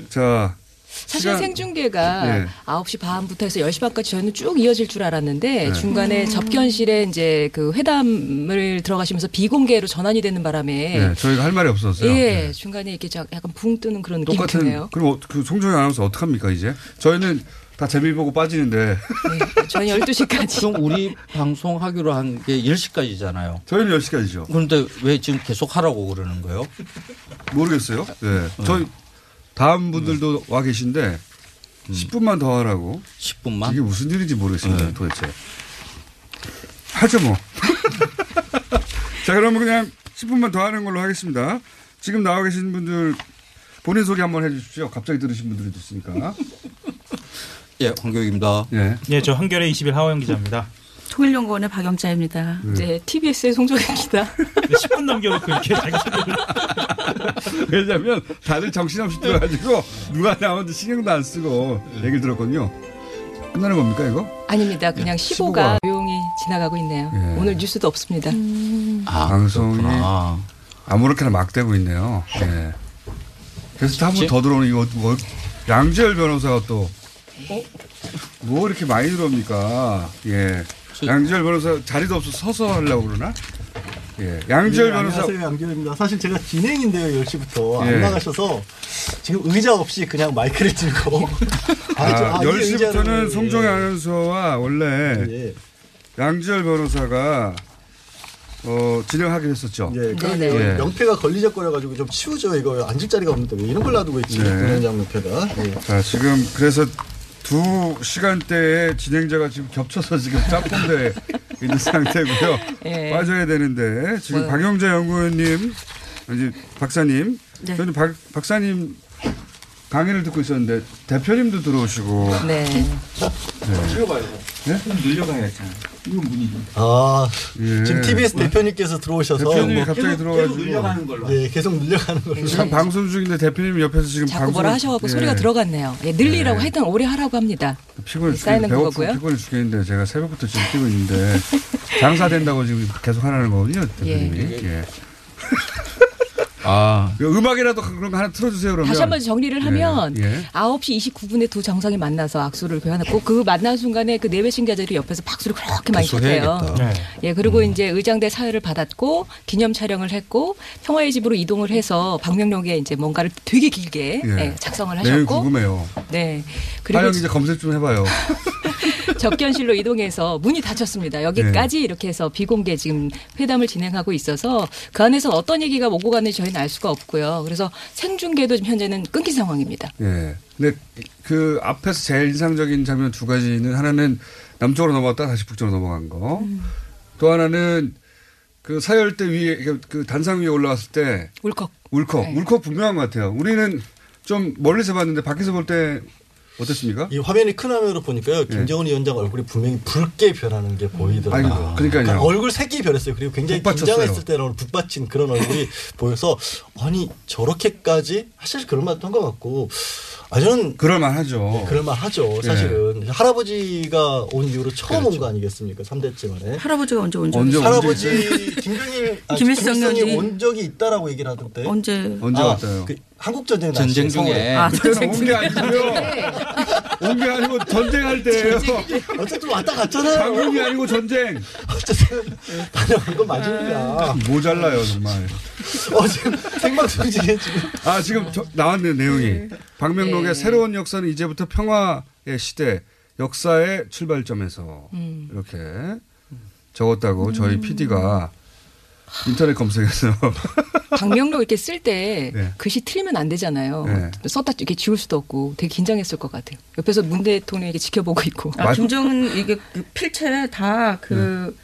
S2: 자
S6: 사실
S2: 시간- 예.
S6: 생중계가 아홉 시 반부터 해서 열 시 반까지 저희는 쭉 이어질 줄
S2: 네.
S6: 알았는데 중간에 접견실에 이제 그 회담을 들어가시면서 비공개로 전환이 되는 바람에
S2: 예, 저희가 할 말이 없었어요.
S6: 예, 중간에 이렇게 자- 약간 붕 뜨는 그런 느낌이
S2: 네. 똑같은
S6: 드네요.
S2: 그럼 어, 그 송정희 아나운서 어떡합니까 이제 저희는 다 재미 보고 빠지는데
S6: 네, 저는 12시까지.
S4: 지금 우리 방송하기로 한 게 10시까지잖아요.
S2: 저희는 10시까지죠
S4: 그런데 왜 지금 계속 하라고 그러는 거예요?
S2: 모르겠어요 예 네. 저희 다음 분들도 와 계신데 10분만 더 하라고.
S4: 10분만.
S2: 이게 무슨 일인지 모르겠습니다. 도대체. 하죠 뭐. 자 그러면 그냥 10분만 더 하는 걸로 하겠습니다. 지금 나와 계신 분들 본인 소개 한번 해주십시오. 갑자기 들으신 분들이 있으니까.
S4: 예, 황교익입니다.
S5: 네.
S2: 예.
S3: 예, 저 한겨레 20일 하호영 기자입니다.
S5: 통일연구원의 박영자입니다.
S6: 네, TBS의 송정입니다.
S3: 10분 넘겨놓고 이렇게 자기 소개를
S2: 네. 왜냐면 다들 정신없이 들어가지고 누가 나오는지 신경도 안 쓰고 얘기를 들었거든요. 끝나는 겁니까 이거?
S6: 아닙니다. 그냥 15가
S2: 15가.
S6: 조용히 지나가고 있네요.
S2: 네, 예.
S6: 오늘 뉴스도 없습니다.
S4: 아,
S2: 방송이-
S4: 그렇구나.
S2: 아무렇게나 막 되고 있네요. 예. 그래서 한 번
S4: 그치?
S2: 더 들어오는 이거 뭐 양지열 변호사가 또
S7: 어?
S2: 뭐 이렇게 많이 들어옵니까? 예.
S4: 저-
S2: 양지열 변호사 자리도 없어 서서 하려고 그러나? 예. 양지열 변호사
S7: 네, 안녕하세요 양지열입니다. 사실 제가 진행인데요 10시부터
S2: 예.
S7: 안 나가셔서 지금 의자 없이 그냥 마이크를 들고
S2: 아,
S7: 저- 이
S2: 10시부터는 네.
S7: 의자를-
S2: 송정희 아나운서와 원래
S7: 예.
S2: 양지열 변호사가 어, 진행하기로 했었죠.
S7: 예, 그런데
S2: 네. 예.
S7: 명패가 걸리적거려가지고 좀 치우죠 이거 앉을 자리가 없는데 왜 이런 걸 놔두고 있지
S2: 네.
S7: 공연장 명패가 예.
S2: 자, 지금 그래서 두 시간대에 진행자가 지금 겹쳐서 지금 짝꿍대 있는 상태고요.
S6: 예. 뭐.
S2: 빠져야 되는데 지금 박영재 연구원님, 이제 박사님,
S5: 네.
S2: 저는 박, 박사님 강의를 듣고 있었는데 대표님도 들어오시고
S6: 네.
S7: 아
S2: 예.
S7: 지금 TBS 대표님께서 들어오셔서 뭐,
S6: 뭐.
S2: 대표님이 갑자기 들어가지고
S7: 예, 계속 밀려가는 걸로
S2: 지금 방송 중인데 대표님 옆에서 지금
S6: 자꾸 뭐라
S2: 방송-
S6: 하셔갖고
S2: 예.
S6: 소리가 들어갔네요. 예, 늘리라고
S2: 예.
S6: 하여튼 오래 하라고 합니다.
S2: 피곤해 죽겠는데
S6: 쌓이는
S2: 배고프고
S6: 거고요.
S2: 피곤해 죽겠는데 제가 새벽부터 지금 뛰고 있는데 장사된다고 지금 계속 하라는 거거든요 대표님이 예.
S4: 아,
S2: 그 음악이라도 그런 거 하나 틀어주세요 그러면
S6: 다시 한번 정리를 하면
S2: 예, 예.
S6: 9시 29분에 두 정상이 만나서 악수를 교환했고 그 만난 순간에 그 내외신자들이 옆에서 박수를 그렇게 많이
S4: 계속
S6: 쳤대요.
S4: 해야겠다.
S3: 네.
S6: 예, 그리고
S2: 음.
S6: 이제 의장대 사회를 받았고 기념 촬영을 했고 평화의 집으로 이동을 해서 방명록에 이제 뭔가를 되게 길게
S2: 예.
S6: 예, 작성을
S2: 내일
S6: 하셨고
S2: 궁금해요 하영
S6: 네. 그리고
S2: 이제 검색 좀 해봐요
S6: 접견실로 이동해서 문이 닫혔습니다. 여기까지
S2: 네.
S6: 이렇게 해서 비공개 지금 회담을 진행하고 있어서 그 안에서 어떤 얘기가 오고 가는지 저희는 알 수가 없고요. 그래서 생중계도 지금 현재는 끊긴 상황입니다.
S2: 예. 근데 그 앞에서 제일 인상적인 장면 두 가지는 하나는 남쪽으로 넘어갔다 다시 북쪽으로 넘어간 거.
S6: 음.
S2: 또 하나는 그 사열대 위에 그- 그 단상 위에 올라왔을 때
S6: 울컥.
S2: 울컥
S6: 네.
S2: 울컥 분명한 것 같아요. 우리는 좀 멀리서 봤는데 밖에서 볼 때 어땠습니까?
S7: 이 화면이 큰 화면으로
S2: 예.
S7: 보니까요 김정은 위원장 얼굴이 분명히 붉게 변하는 게 보이더라고요.
S2: 아이고, 그러니까요.
S7: 얼굴 색이 변했어요. 그리고 굉장히
S2: 북받쳤어요.
S7: 긴장했을 때라고 북받친 그런 얼굴이 보여서 아니 저렇게까지 사실 그런 말도 한 것 같고 아 저는
S2: 그럴 만하죠.
S7: 네, 그럴만
S2: 예.
S7: 하죠. 사실은 할아버지가 온 이후로 처음 온 거 아니겠습니까? 3대째 만에.
S5: 할아버지가 언제 온
S2: 그렇죠. 언제
S5: 적이 있어요?
S7: 할아버지
S2: 언제
S7: 김정일 아,
S5: 김일성
S7: 김일성이
S5: 연지.
S7: 온 적이 있다라고 얘기를 하던데.
S5: 언제
S2: 언제
S7: 아,
S2: 왔어요?
S7: 그 한국 전쟁
S4: 전쟁 중에
S5: 아,
S2: 그때는 온 게 아니고요. 온 게 아니고 전쟁할 때예요.
S7: 어쨌든 왔다 갔잖아요.
S2: 방금이 아니고 전쟁.
S7: 어쨌든 다녀온 건
S5: 아,
S7: 맞으니까.
S2: 모자라요 정말.
S7: 어 지금 생방송중에 지금
S2: 아 지금 저- 나왔네요 내용이 박명록의
S6: 네.
S2: 새로운 역사는 이제부터 평화의 시대 역사의 출발점에서 이렇게 적었다고 저희 PD가 인터넷 검색에서
S6: 방명록 이렇게 쓸 때
S2: 뭐 네.
S6: 글씨 틀리면 안 되잖아요.
S2: 네.
S6: 썼다 이렇게 지울 수도 없고 되게 긴장했을 것 같아요. 옆에서 문 대통령에게 지켜보고 있고.
S5: 아,
S2: 맞-
S5: 김정은 이게 그 필체 다 그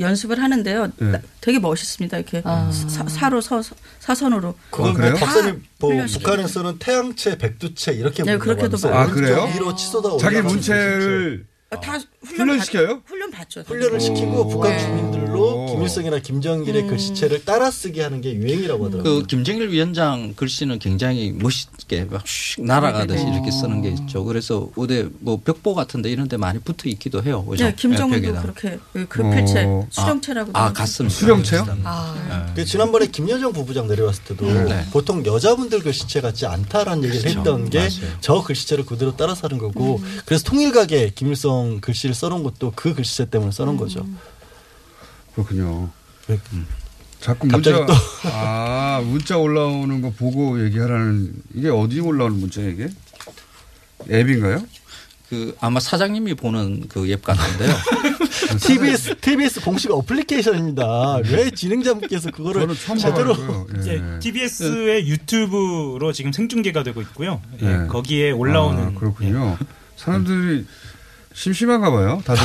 S5: 연습을 하는데요.
S2: 네.
S5: 나- 되게 멋있습니다. 이렇게
S6: 아.
S5: 사, 사로 서 사선으로 어,
S2: 아,
S7: 그건
S2: 그래요?
S7: 뭐 박사님 뭐
S5: 훈련시키죠.
S7: 북한에서는 태양체 백두체 이렇게
S5: 네,
S7: 부른다고
S5: 그렇게도
S7: 하면서
S2: 봐요. 아, 그래요?
S7: 오른쪽 위로 치솟아 올라가는
S2: 자기
S7: 백두체.
S2: 문체를
S5: 아, 다 훈련
S2: 훈련시켜요?
S5: 받- 훈련 받죠.
S7: 훈련을 시키고 북한
S2: 오.
S7: 주민들로 김일성이나 김정일의
S5: 음.
S7: 글씨체를 따라 쓰기 하는 게 유행이라고 하더라고요.
S4: 그 김정일 위원장 글씨는 굉장히 멋있게 막슉 날아가듯이
S5: 네.
S4: 이렇게 쓰는 게 있죠. 그래서 어디 뭐 벽보 같은데 이런 데 많이 붙어 있기도 해요. 그죠?
S5: 네, 김정은도
S4: 아, 벽에다가.
S5: 그렇게 그 필체
S2: 어.
S5: 수령체라고
S4: 아, 갔습니다.
S2: 수령체요?
S6: 아,
S2: 네.
S7: 그 지난번에 김여정 부부장 내려왔을 때도
S4: 네.
S7: 보통 여자분들 글씨체 같지 않다라는 얘기를
S4: 그렇죠.
S7: 했던 게
S4: 맞아요.
S7: 저 글씨체를 그대로 따라 사는 거고
S5: 음.
S7: 그래서 통일각에 김일성 글씨를 써놓은 것도 그 글씨체 때문에
S5: 음.
S7: 써놓은 거죠.
S2: 그렇군요.
S7: 왜-
S2: 자꾸
S7: 갑자기
S2: 문자
S7: 또.
S2: 아 문자 올라오는 거 보고 얘기하라는 이게 어디 올라오는 문자 이게 앱인가요?
S4: 그 아마 사장님이 보는 그 앱 같은데요.
S7: TBS TBS 공식 어플리케이션입니다. 왜 진행자분께서 그거를
S2: 저는 처음
S7: 제대로
S2: 봐요. 예.
S3: 이제 TBS의 유튜브로 지금 생중계가 되고 있고요. 예,
S2: 네.
S3: 거기에 올라오는
S2: 아, 그렇군요. 사람들이 심심한가 봐요. 다들.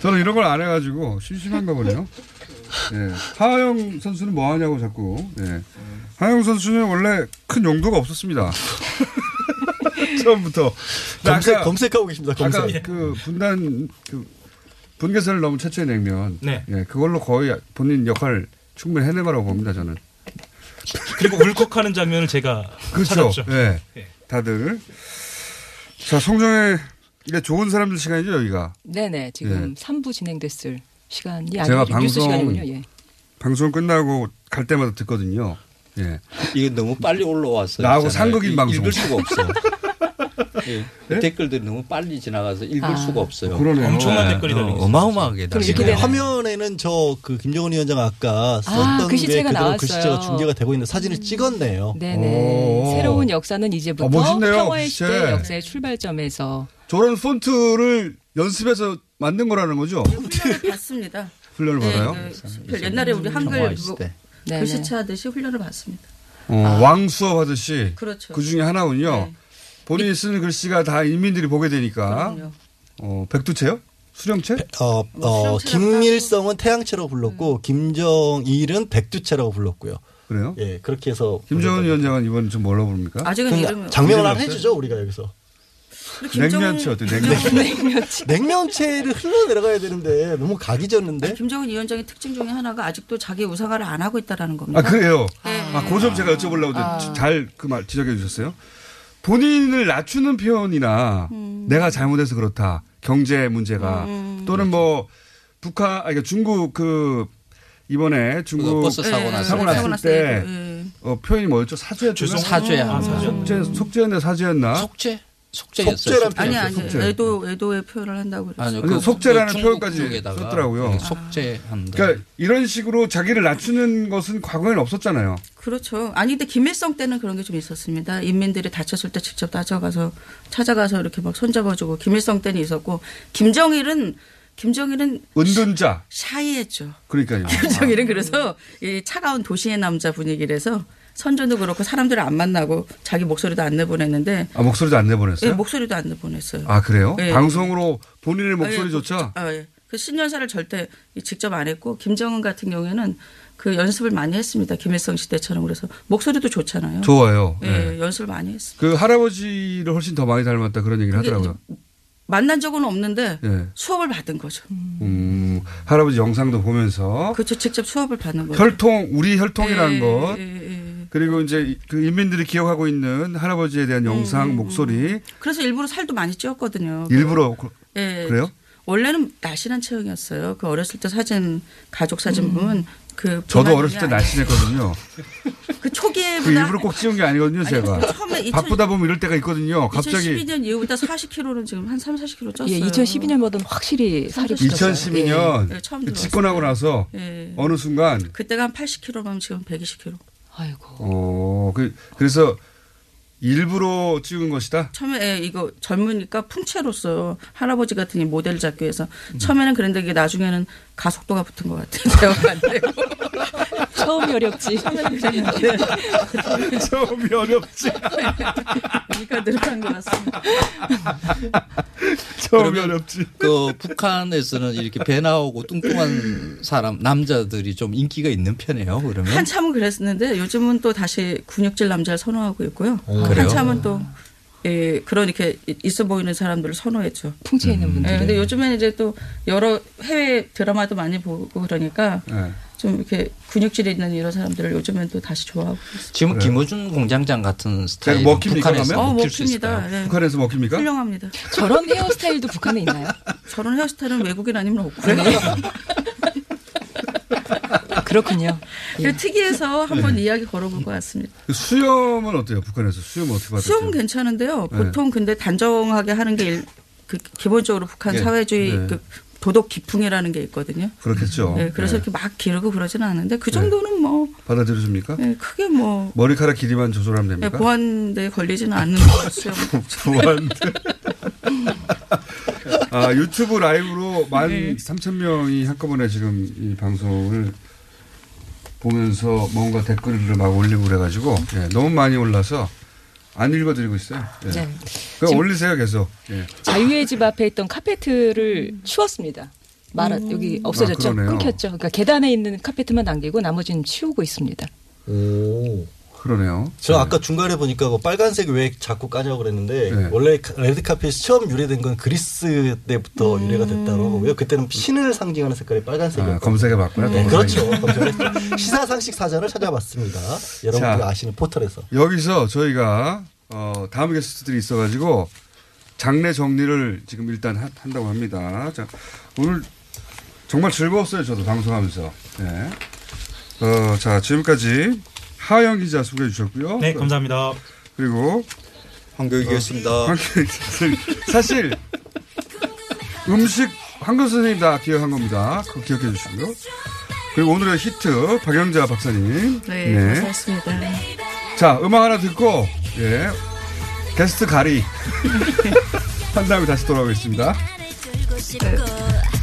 S2: 저는 이런 걸 안 해가지고 심심한가 보네요. 예. 하영 선수는 뭐 하냐고 자꾸. 예. 하영 선수는 원래 큰 용도가 없었습니다. 처음부터. 근데
S7: 검색,
S2: 아까-
S7: 검색하고 계십니다. 검색.
S2: 아까 그 분단 그 분계선을 넘은 최초의 냉면.
S3: 네.
S2: 예, 그걸로 거의 본인 역할 충분히 해내봐라고 봅니다 저는.
S3: 그리고 울컥하는 장면을 제가
S2: 그렇죠.
S3: 찾았죠.
S2: 예.
S3: 예.
S2: 다들 자 송정의 이게 좋은 사람들 시간이죠 여기가
S6: 네네 지금 3부 진행됐을 시간이
S2: 제가
S6: 아니고 뉴스
S2: 방송-
S6: 시간이군요. 예.
S2: 방송 끝나고 갈 때마다 듣거든요. 예.
S4: 이거 너무 빨리 올라와서
S2: 나하고
S4: 있잖아요.
S2: 상극인
S4: 이-
S2: 방송.
S4: 읽을 수가 없어요. 예. 댓글들이 너무 빨리 지나가서 읽을
S6: 아.
S4: 수가 없어요.
S2: 뭐 그러네요.
S3: 엄청난
S4: 예.
S3: 댓글이 달려 있어요.
S4: 어마어마하게
S6: 그럼
S4: 달려
S6: 이렇게
S4: 있어요.
S6: 되나요?
S7: 화면에는 저 그 김정은 위원장 아까 썼던
S6: 글씨체가
S7: 게 그대로
S6: 나왔어요.
S7: 글씨체가 중계가 되고 있는 사진을 찍었네요.
S6: 네네
S2: 오.
S6: 새로운 역사는 이제부터
S2: 아, 멋있네요,
S6: 평화의
S2: 진짜.
S6: 시대 역사의 출발점에서
S2: 저런 폰트를 연습해서 만든 거라는 거죠.
S5: 훈련을 받습니다.
S2: 훈련을 받아요.
S5: 네, 그 옛날에 우리 한글
S4: 정화의
S5: 그거
S4: 시대.
S6: 네네.
S5: 글씨체 하듯이 훈련을 받습니다.
S2: 어, 왕 수업 하듯이
S5: 아. 그렇죠.
S2: 그 중에 하나군요.
S5: 네.
S2: 본인이 쓰는 글씨가 다 인민들이 보게 되니까
S5: 그럼요.
S2: 어, 백두체요? 수령체?
S7: 어,
S5: 뭐
S7: 어,
S5: 수영체라고
S7: 김일성은 태양체라고 불렀고 김정일은 백두체라고 불렀고요.
S2: 그래요?
S7: 예, 그렇게 해서
S2: 김정은
S7: 불렀다고.
S2: 위원장은 이번 좀 뭘로 부릅니까?
S5: 아직은
S7: 그럼
S5: 이름
S7: 장면을 하나 해주죠 우리가 여기서
S2: 냉면치 어때? 냉면.
S7: 냉면체를 흘러내려가야 되는데 너무 각이 졌는데
S5: 김정은 위원장의 특징 중에 하나가 아직도 자기 우상화를 안 하고 있다라는 겁니다.
S2: 아 그래요.
S5: 네.
S2: 아 고점 제가 여쭤보려고 잘 그 말 지적해 주셨어요. 본인을 낮추는 표현이나 내가 잘못해서 그렇다 경제 문제가 또는 뭐 북한 아 그러니까 중국 그 이번에
S4: 그
S2: 중국
S4: 버스 사고
S5: 예,
S4: 나서
S2: 사고 났을 때.
S5: 예.
S2: 어, 표현이 뭐였죠? 사죄
S3: 죄송-
S4: 사죄야.
S2: 속죄 속죄였나 사죄였나?
S4: 속죄? 속죄였어요.
S7: 속죄란
S4: 속죄.
S5: 아니 아니
S2: 속죄.
S5: 애도 애도의 표현을 한다고 그랬어요.
S4: 아니요,
S2: 아니, 속죄라는 표현까지
S4: 쪽에다가
S2: 썼더라고요.
S4: 예, 속죄한다.
S2: 그러니까 이런 식으로 자기를 낮추는 것은 과거에는 없었잖아요.
S5: 그렇죠. 아니 근데 김일성 때는 그런 게 좀 있었습니다. 인민들이 다쳤을 때 직접 따져가서 찾아가서 이렇게 막 손잡아주고 김일성 때는 있었고 김정일은 김정일은
S2: 은둔자
S5: 샤이했죠.
S2: 그러니까요.
S5: 아. 김정일은 그래서 이 차가운 도시의 남자 분위기라서 선전도 그렇고 사람들을 안 만나고 자기 목소리도 안 내보냈는데
S2: 아 목소리도 안
S5: 예,
S2: 내보냈어요?
S5: 목소리도 안 내보냈어요.
S2: 아 그래요?
S5: 예.
S2: 방송으로 본인의 목소리조차
S5: 아, 예. 그 신년사를 절대 직접 안 했고 김정은 같은 경우에는 그 연습을 많이 했습니다. 김일성 시대처럼 그래서 목소리도 좋잖아요.
S2: 좋아요.
S5: 예,
S2: 예.
S5: 연습을 많이 했습니다.
S2: 그 할아버지를 훨씬 더 많이 닮았다 그런 얘기를
S5: 그게 네.
S2: 하더라고요.
S5: 만난 적은 없는데
S2: 예.
S5: 수업을 받은 거죠.
S2: 음, 할아버지 영상도 보면서
S5: 그렇죠. 직접 수업을 받는 거죠.
S2: 혈통 우리 혈통이라는
S5: 예,
S2: 어? 것
S5: 예, 예, 예.
S2: 그리고 이제 이- 그 인민들이 기억하고 있는 할아버지에 대한
S5: 네.
S2: 영상 목소리
S5: 그래서 일부러 살도 많이 찌었거든요.
S2: 일부러 그-
S5: 예.
S2: 그래요?
S5: 원래는 날씬한 체형이었어요. 그 어렸을 때 사진 가족 사진 보면 그
S2: 음. 저도
S5: 비만이
S2: 어렸을 때
S5: 아니라
S2: 날씬했거든요.
S5: 그 초기에
S2: 그 일부러 꼭 찍은 게 아니거든요, 제가.
S5: 처음에 2000
S2: 바쁘다 보면 이럴 때가 있거든요. 갑자기
S5: 2012년 이후부터 40kg는 지금 한 3, 40kg 쪘어요.
S6: 예, 2012년보다는 확실히 살이 찌셨어요.
S2: 2012년
S5: 예, 처음 들어왔어요.
S2: 집권하고 나서
S5: 예.
S2: 어느 순간
S5: 그때가 한 80kg면 지금 120kg.
S6: 아이고.
S2: 어, 그, 그래서 일부러 찍은 것이다.
S5: 처음에 예, 이거 젊으니까 풍채로서 할아버지 같은 이 모델 잡기 위해서 처음에는 그랬는데 이게 나중에는 가속도가 붙은 것 같아요.
S6: 처음이 어렵지.
S2: 처음이 어렵지.
S5: 이가 그러니까 늘어난 것 같습니다.
S2: 처음이 어렵지.
S4: 그 북한에서는 이렇게 배 나오고 뚱뚱한 사람 남자들이 좀 인기가 있는 편이에요. 그러면
S5: 한참은 그랬었는데 요즘은 또 다시 근육질 남자를 선호하고 있고요.
S4: 그래요?
S5: 한참은 또 예, 그런 이렇게 있어 보이는 사람들을 선호했죠.
S6: 풍채 있는 분들.
S5: 예, 근데
S2: 네.
S5: 요즘에는 이제 또 여러 해외 드라마도 많이 보고 그러니까
S2: 네.
S5: 좀 이렇게 근육질 있는 이런 사람들을 요즘엔 또 다시 좋아하고 있어요.
S4: 지금
S2: 그래요?
S4: 김어준 공장장 같은 스타일
S2: 먹힙니까,
S4: 북한에서
S2: 그러면?
S5: 어,
S4: 먹힐 수
S5: 먹힙니다.
S4: 있을까요?
S5: 예.
S2: 북한에서 먹힙니까?
S5: 훌륭합니다.
S6: 저런 헤어스타일도 북한에 있나요?
S5: 저런 헤어스타일은 외국인 아니면 없고요. 네.
S6: 그렇군요.
S4: 예.
S5: 그 특이해서 한번
S4: 네.
S5: 이야기 걸어볼 것 같습니다.
S2: 수염은 어때요? 북한에서 수염 어떻게 받았어요?
S5: 수염은 그- 괜찮은데요.
S2: 네.
S5: 보통 근데 단정하게 하는 게 일- 그 기본적으로 북한
S4: 예.
S2: 네.
S5: 사회주의
S2: 네.
S5: 그 도덕 기풍이라는 게 있거든요.
S4: 어,
S2: 그렇겠죠.
S5: 예, 그래서
S4: 네.
S2: 예.
S5: 이렇게 막 기르고 그러지는 않은데 그 정도는 뭐
S2: 받아들여줍니까?
S4: 네.
S5: 예, 크게 뭐
S2: 머리카락 길이만 조절하면
S5: 예,
S2: 됩니까?
S5: 보안대에 걸리지는 않는 것 같아요.
S2: 보안. 아 유튜브 라이브로 만
S5: 네.
S2: 삼천 명이 한꺼번에 지금 이 방송을 보면서 뭔가 댓글을 막 올리고 그래가지고 예, 너무 많이 올라서 안 읽어드리고 있어요. 예.
S6: 네.
S2: 그냥
S6: 지금-
S2: 올리세요 계속. 예.
S6: 자유의 집 앞에 있던 카페트를 치웠습니다. 말 여기 없어졌죠.
S2: 아, 그러네요.
S6: 끊겼죠. 그러니까 계단에 있는 카페트만 남기고 나머지는 치우고 있습니다.
S7: 오.
S2: 그러네요.
S7: 저
S2: 예.
S7: 아까 중간에 보니까 뭐 빨간색 왜 자꾸 까냐고 그랬는데
S2: 네.
S7: 원래 카- 레드 카펫이 처음 유래된 건 그리스 때부터 유래가 됐다고 하고요. 그때는 신을 상징하는 색깔이 빨간색이었고.
S2: 아, 검색해봤구나.
S7: 네,
S2: 동영상이.
S7: 그렇죠. 검색했죠. 시사상식 사전을 찾아봤습니다. 여러분들
S2: 자.
S7: 아시는 포털에서.
S2: 여기서 저희가 어, 다음 게스트들이 있어가지고 장례 정리를 지금 일단 하- 한다고 합니다. 자, 오늘 정말 즐거웠어요. 저도 방송하면서. 네. 어, 자 지금까지 하영 기자 소개해 주셨고요.
S3: 네, 감사합니다.
S2: 그리고 어,
S8: 황교익이었습니다.
S2: 황교익 선생님. 사실 음식 황교 선생님 다 기억한 겁니다. 그거 기억해 주시고요. 그리고 오늘의 히트 박영자 박사님.
S5: 네, 감사했습니다.
S2: 자, 음악 하나 듣고, 예. 게스트 가리. 한 다음에 다시 돌아오겠습니다.
S9: 나를 끌고 싶고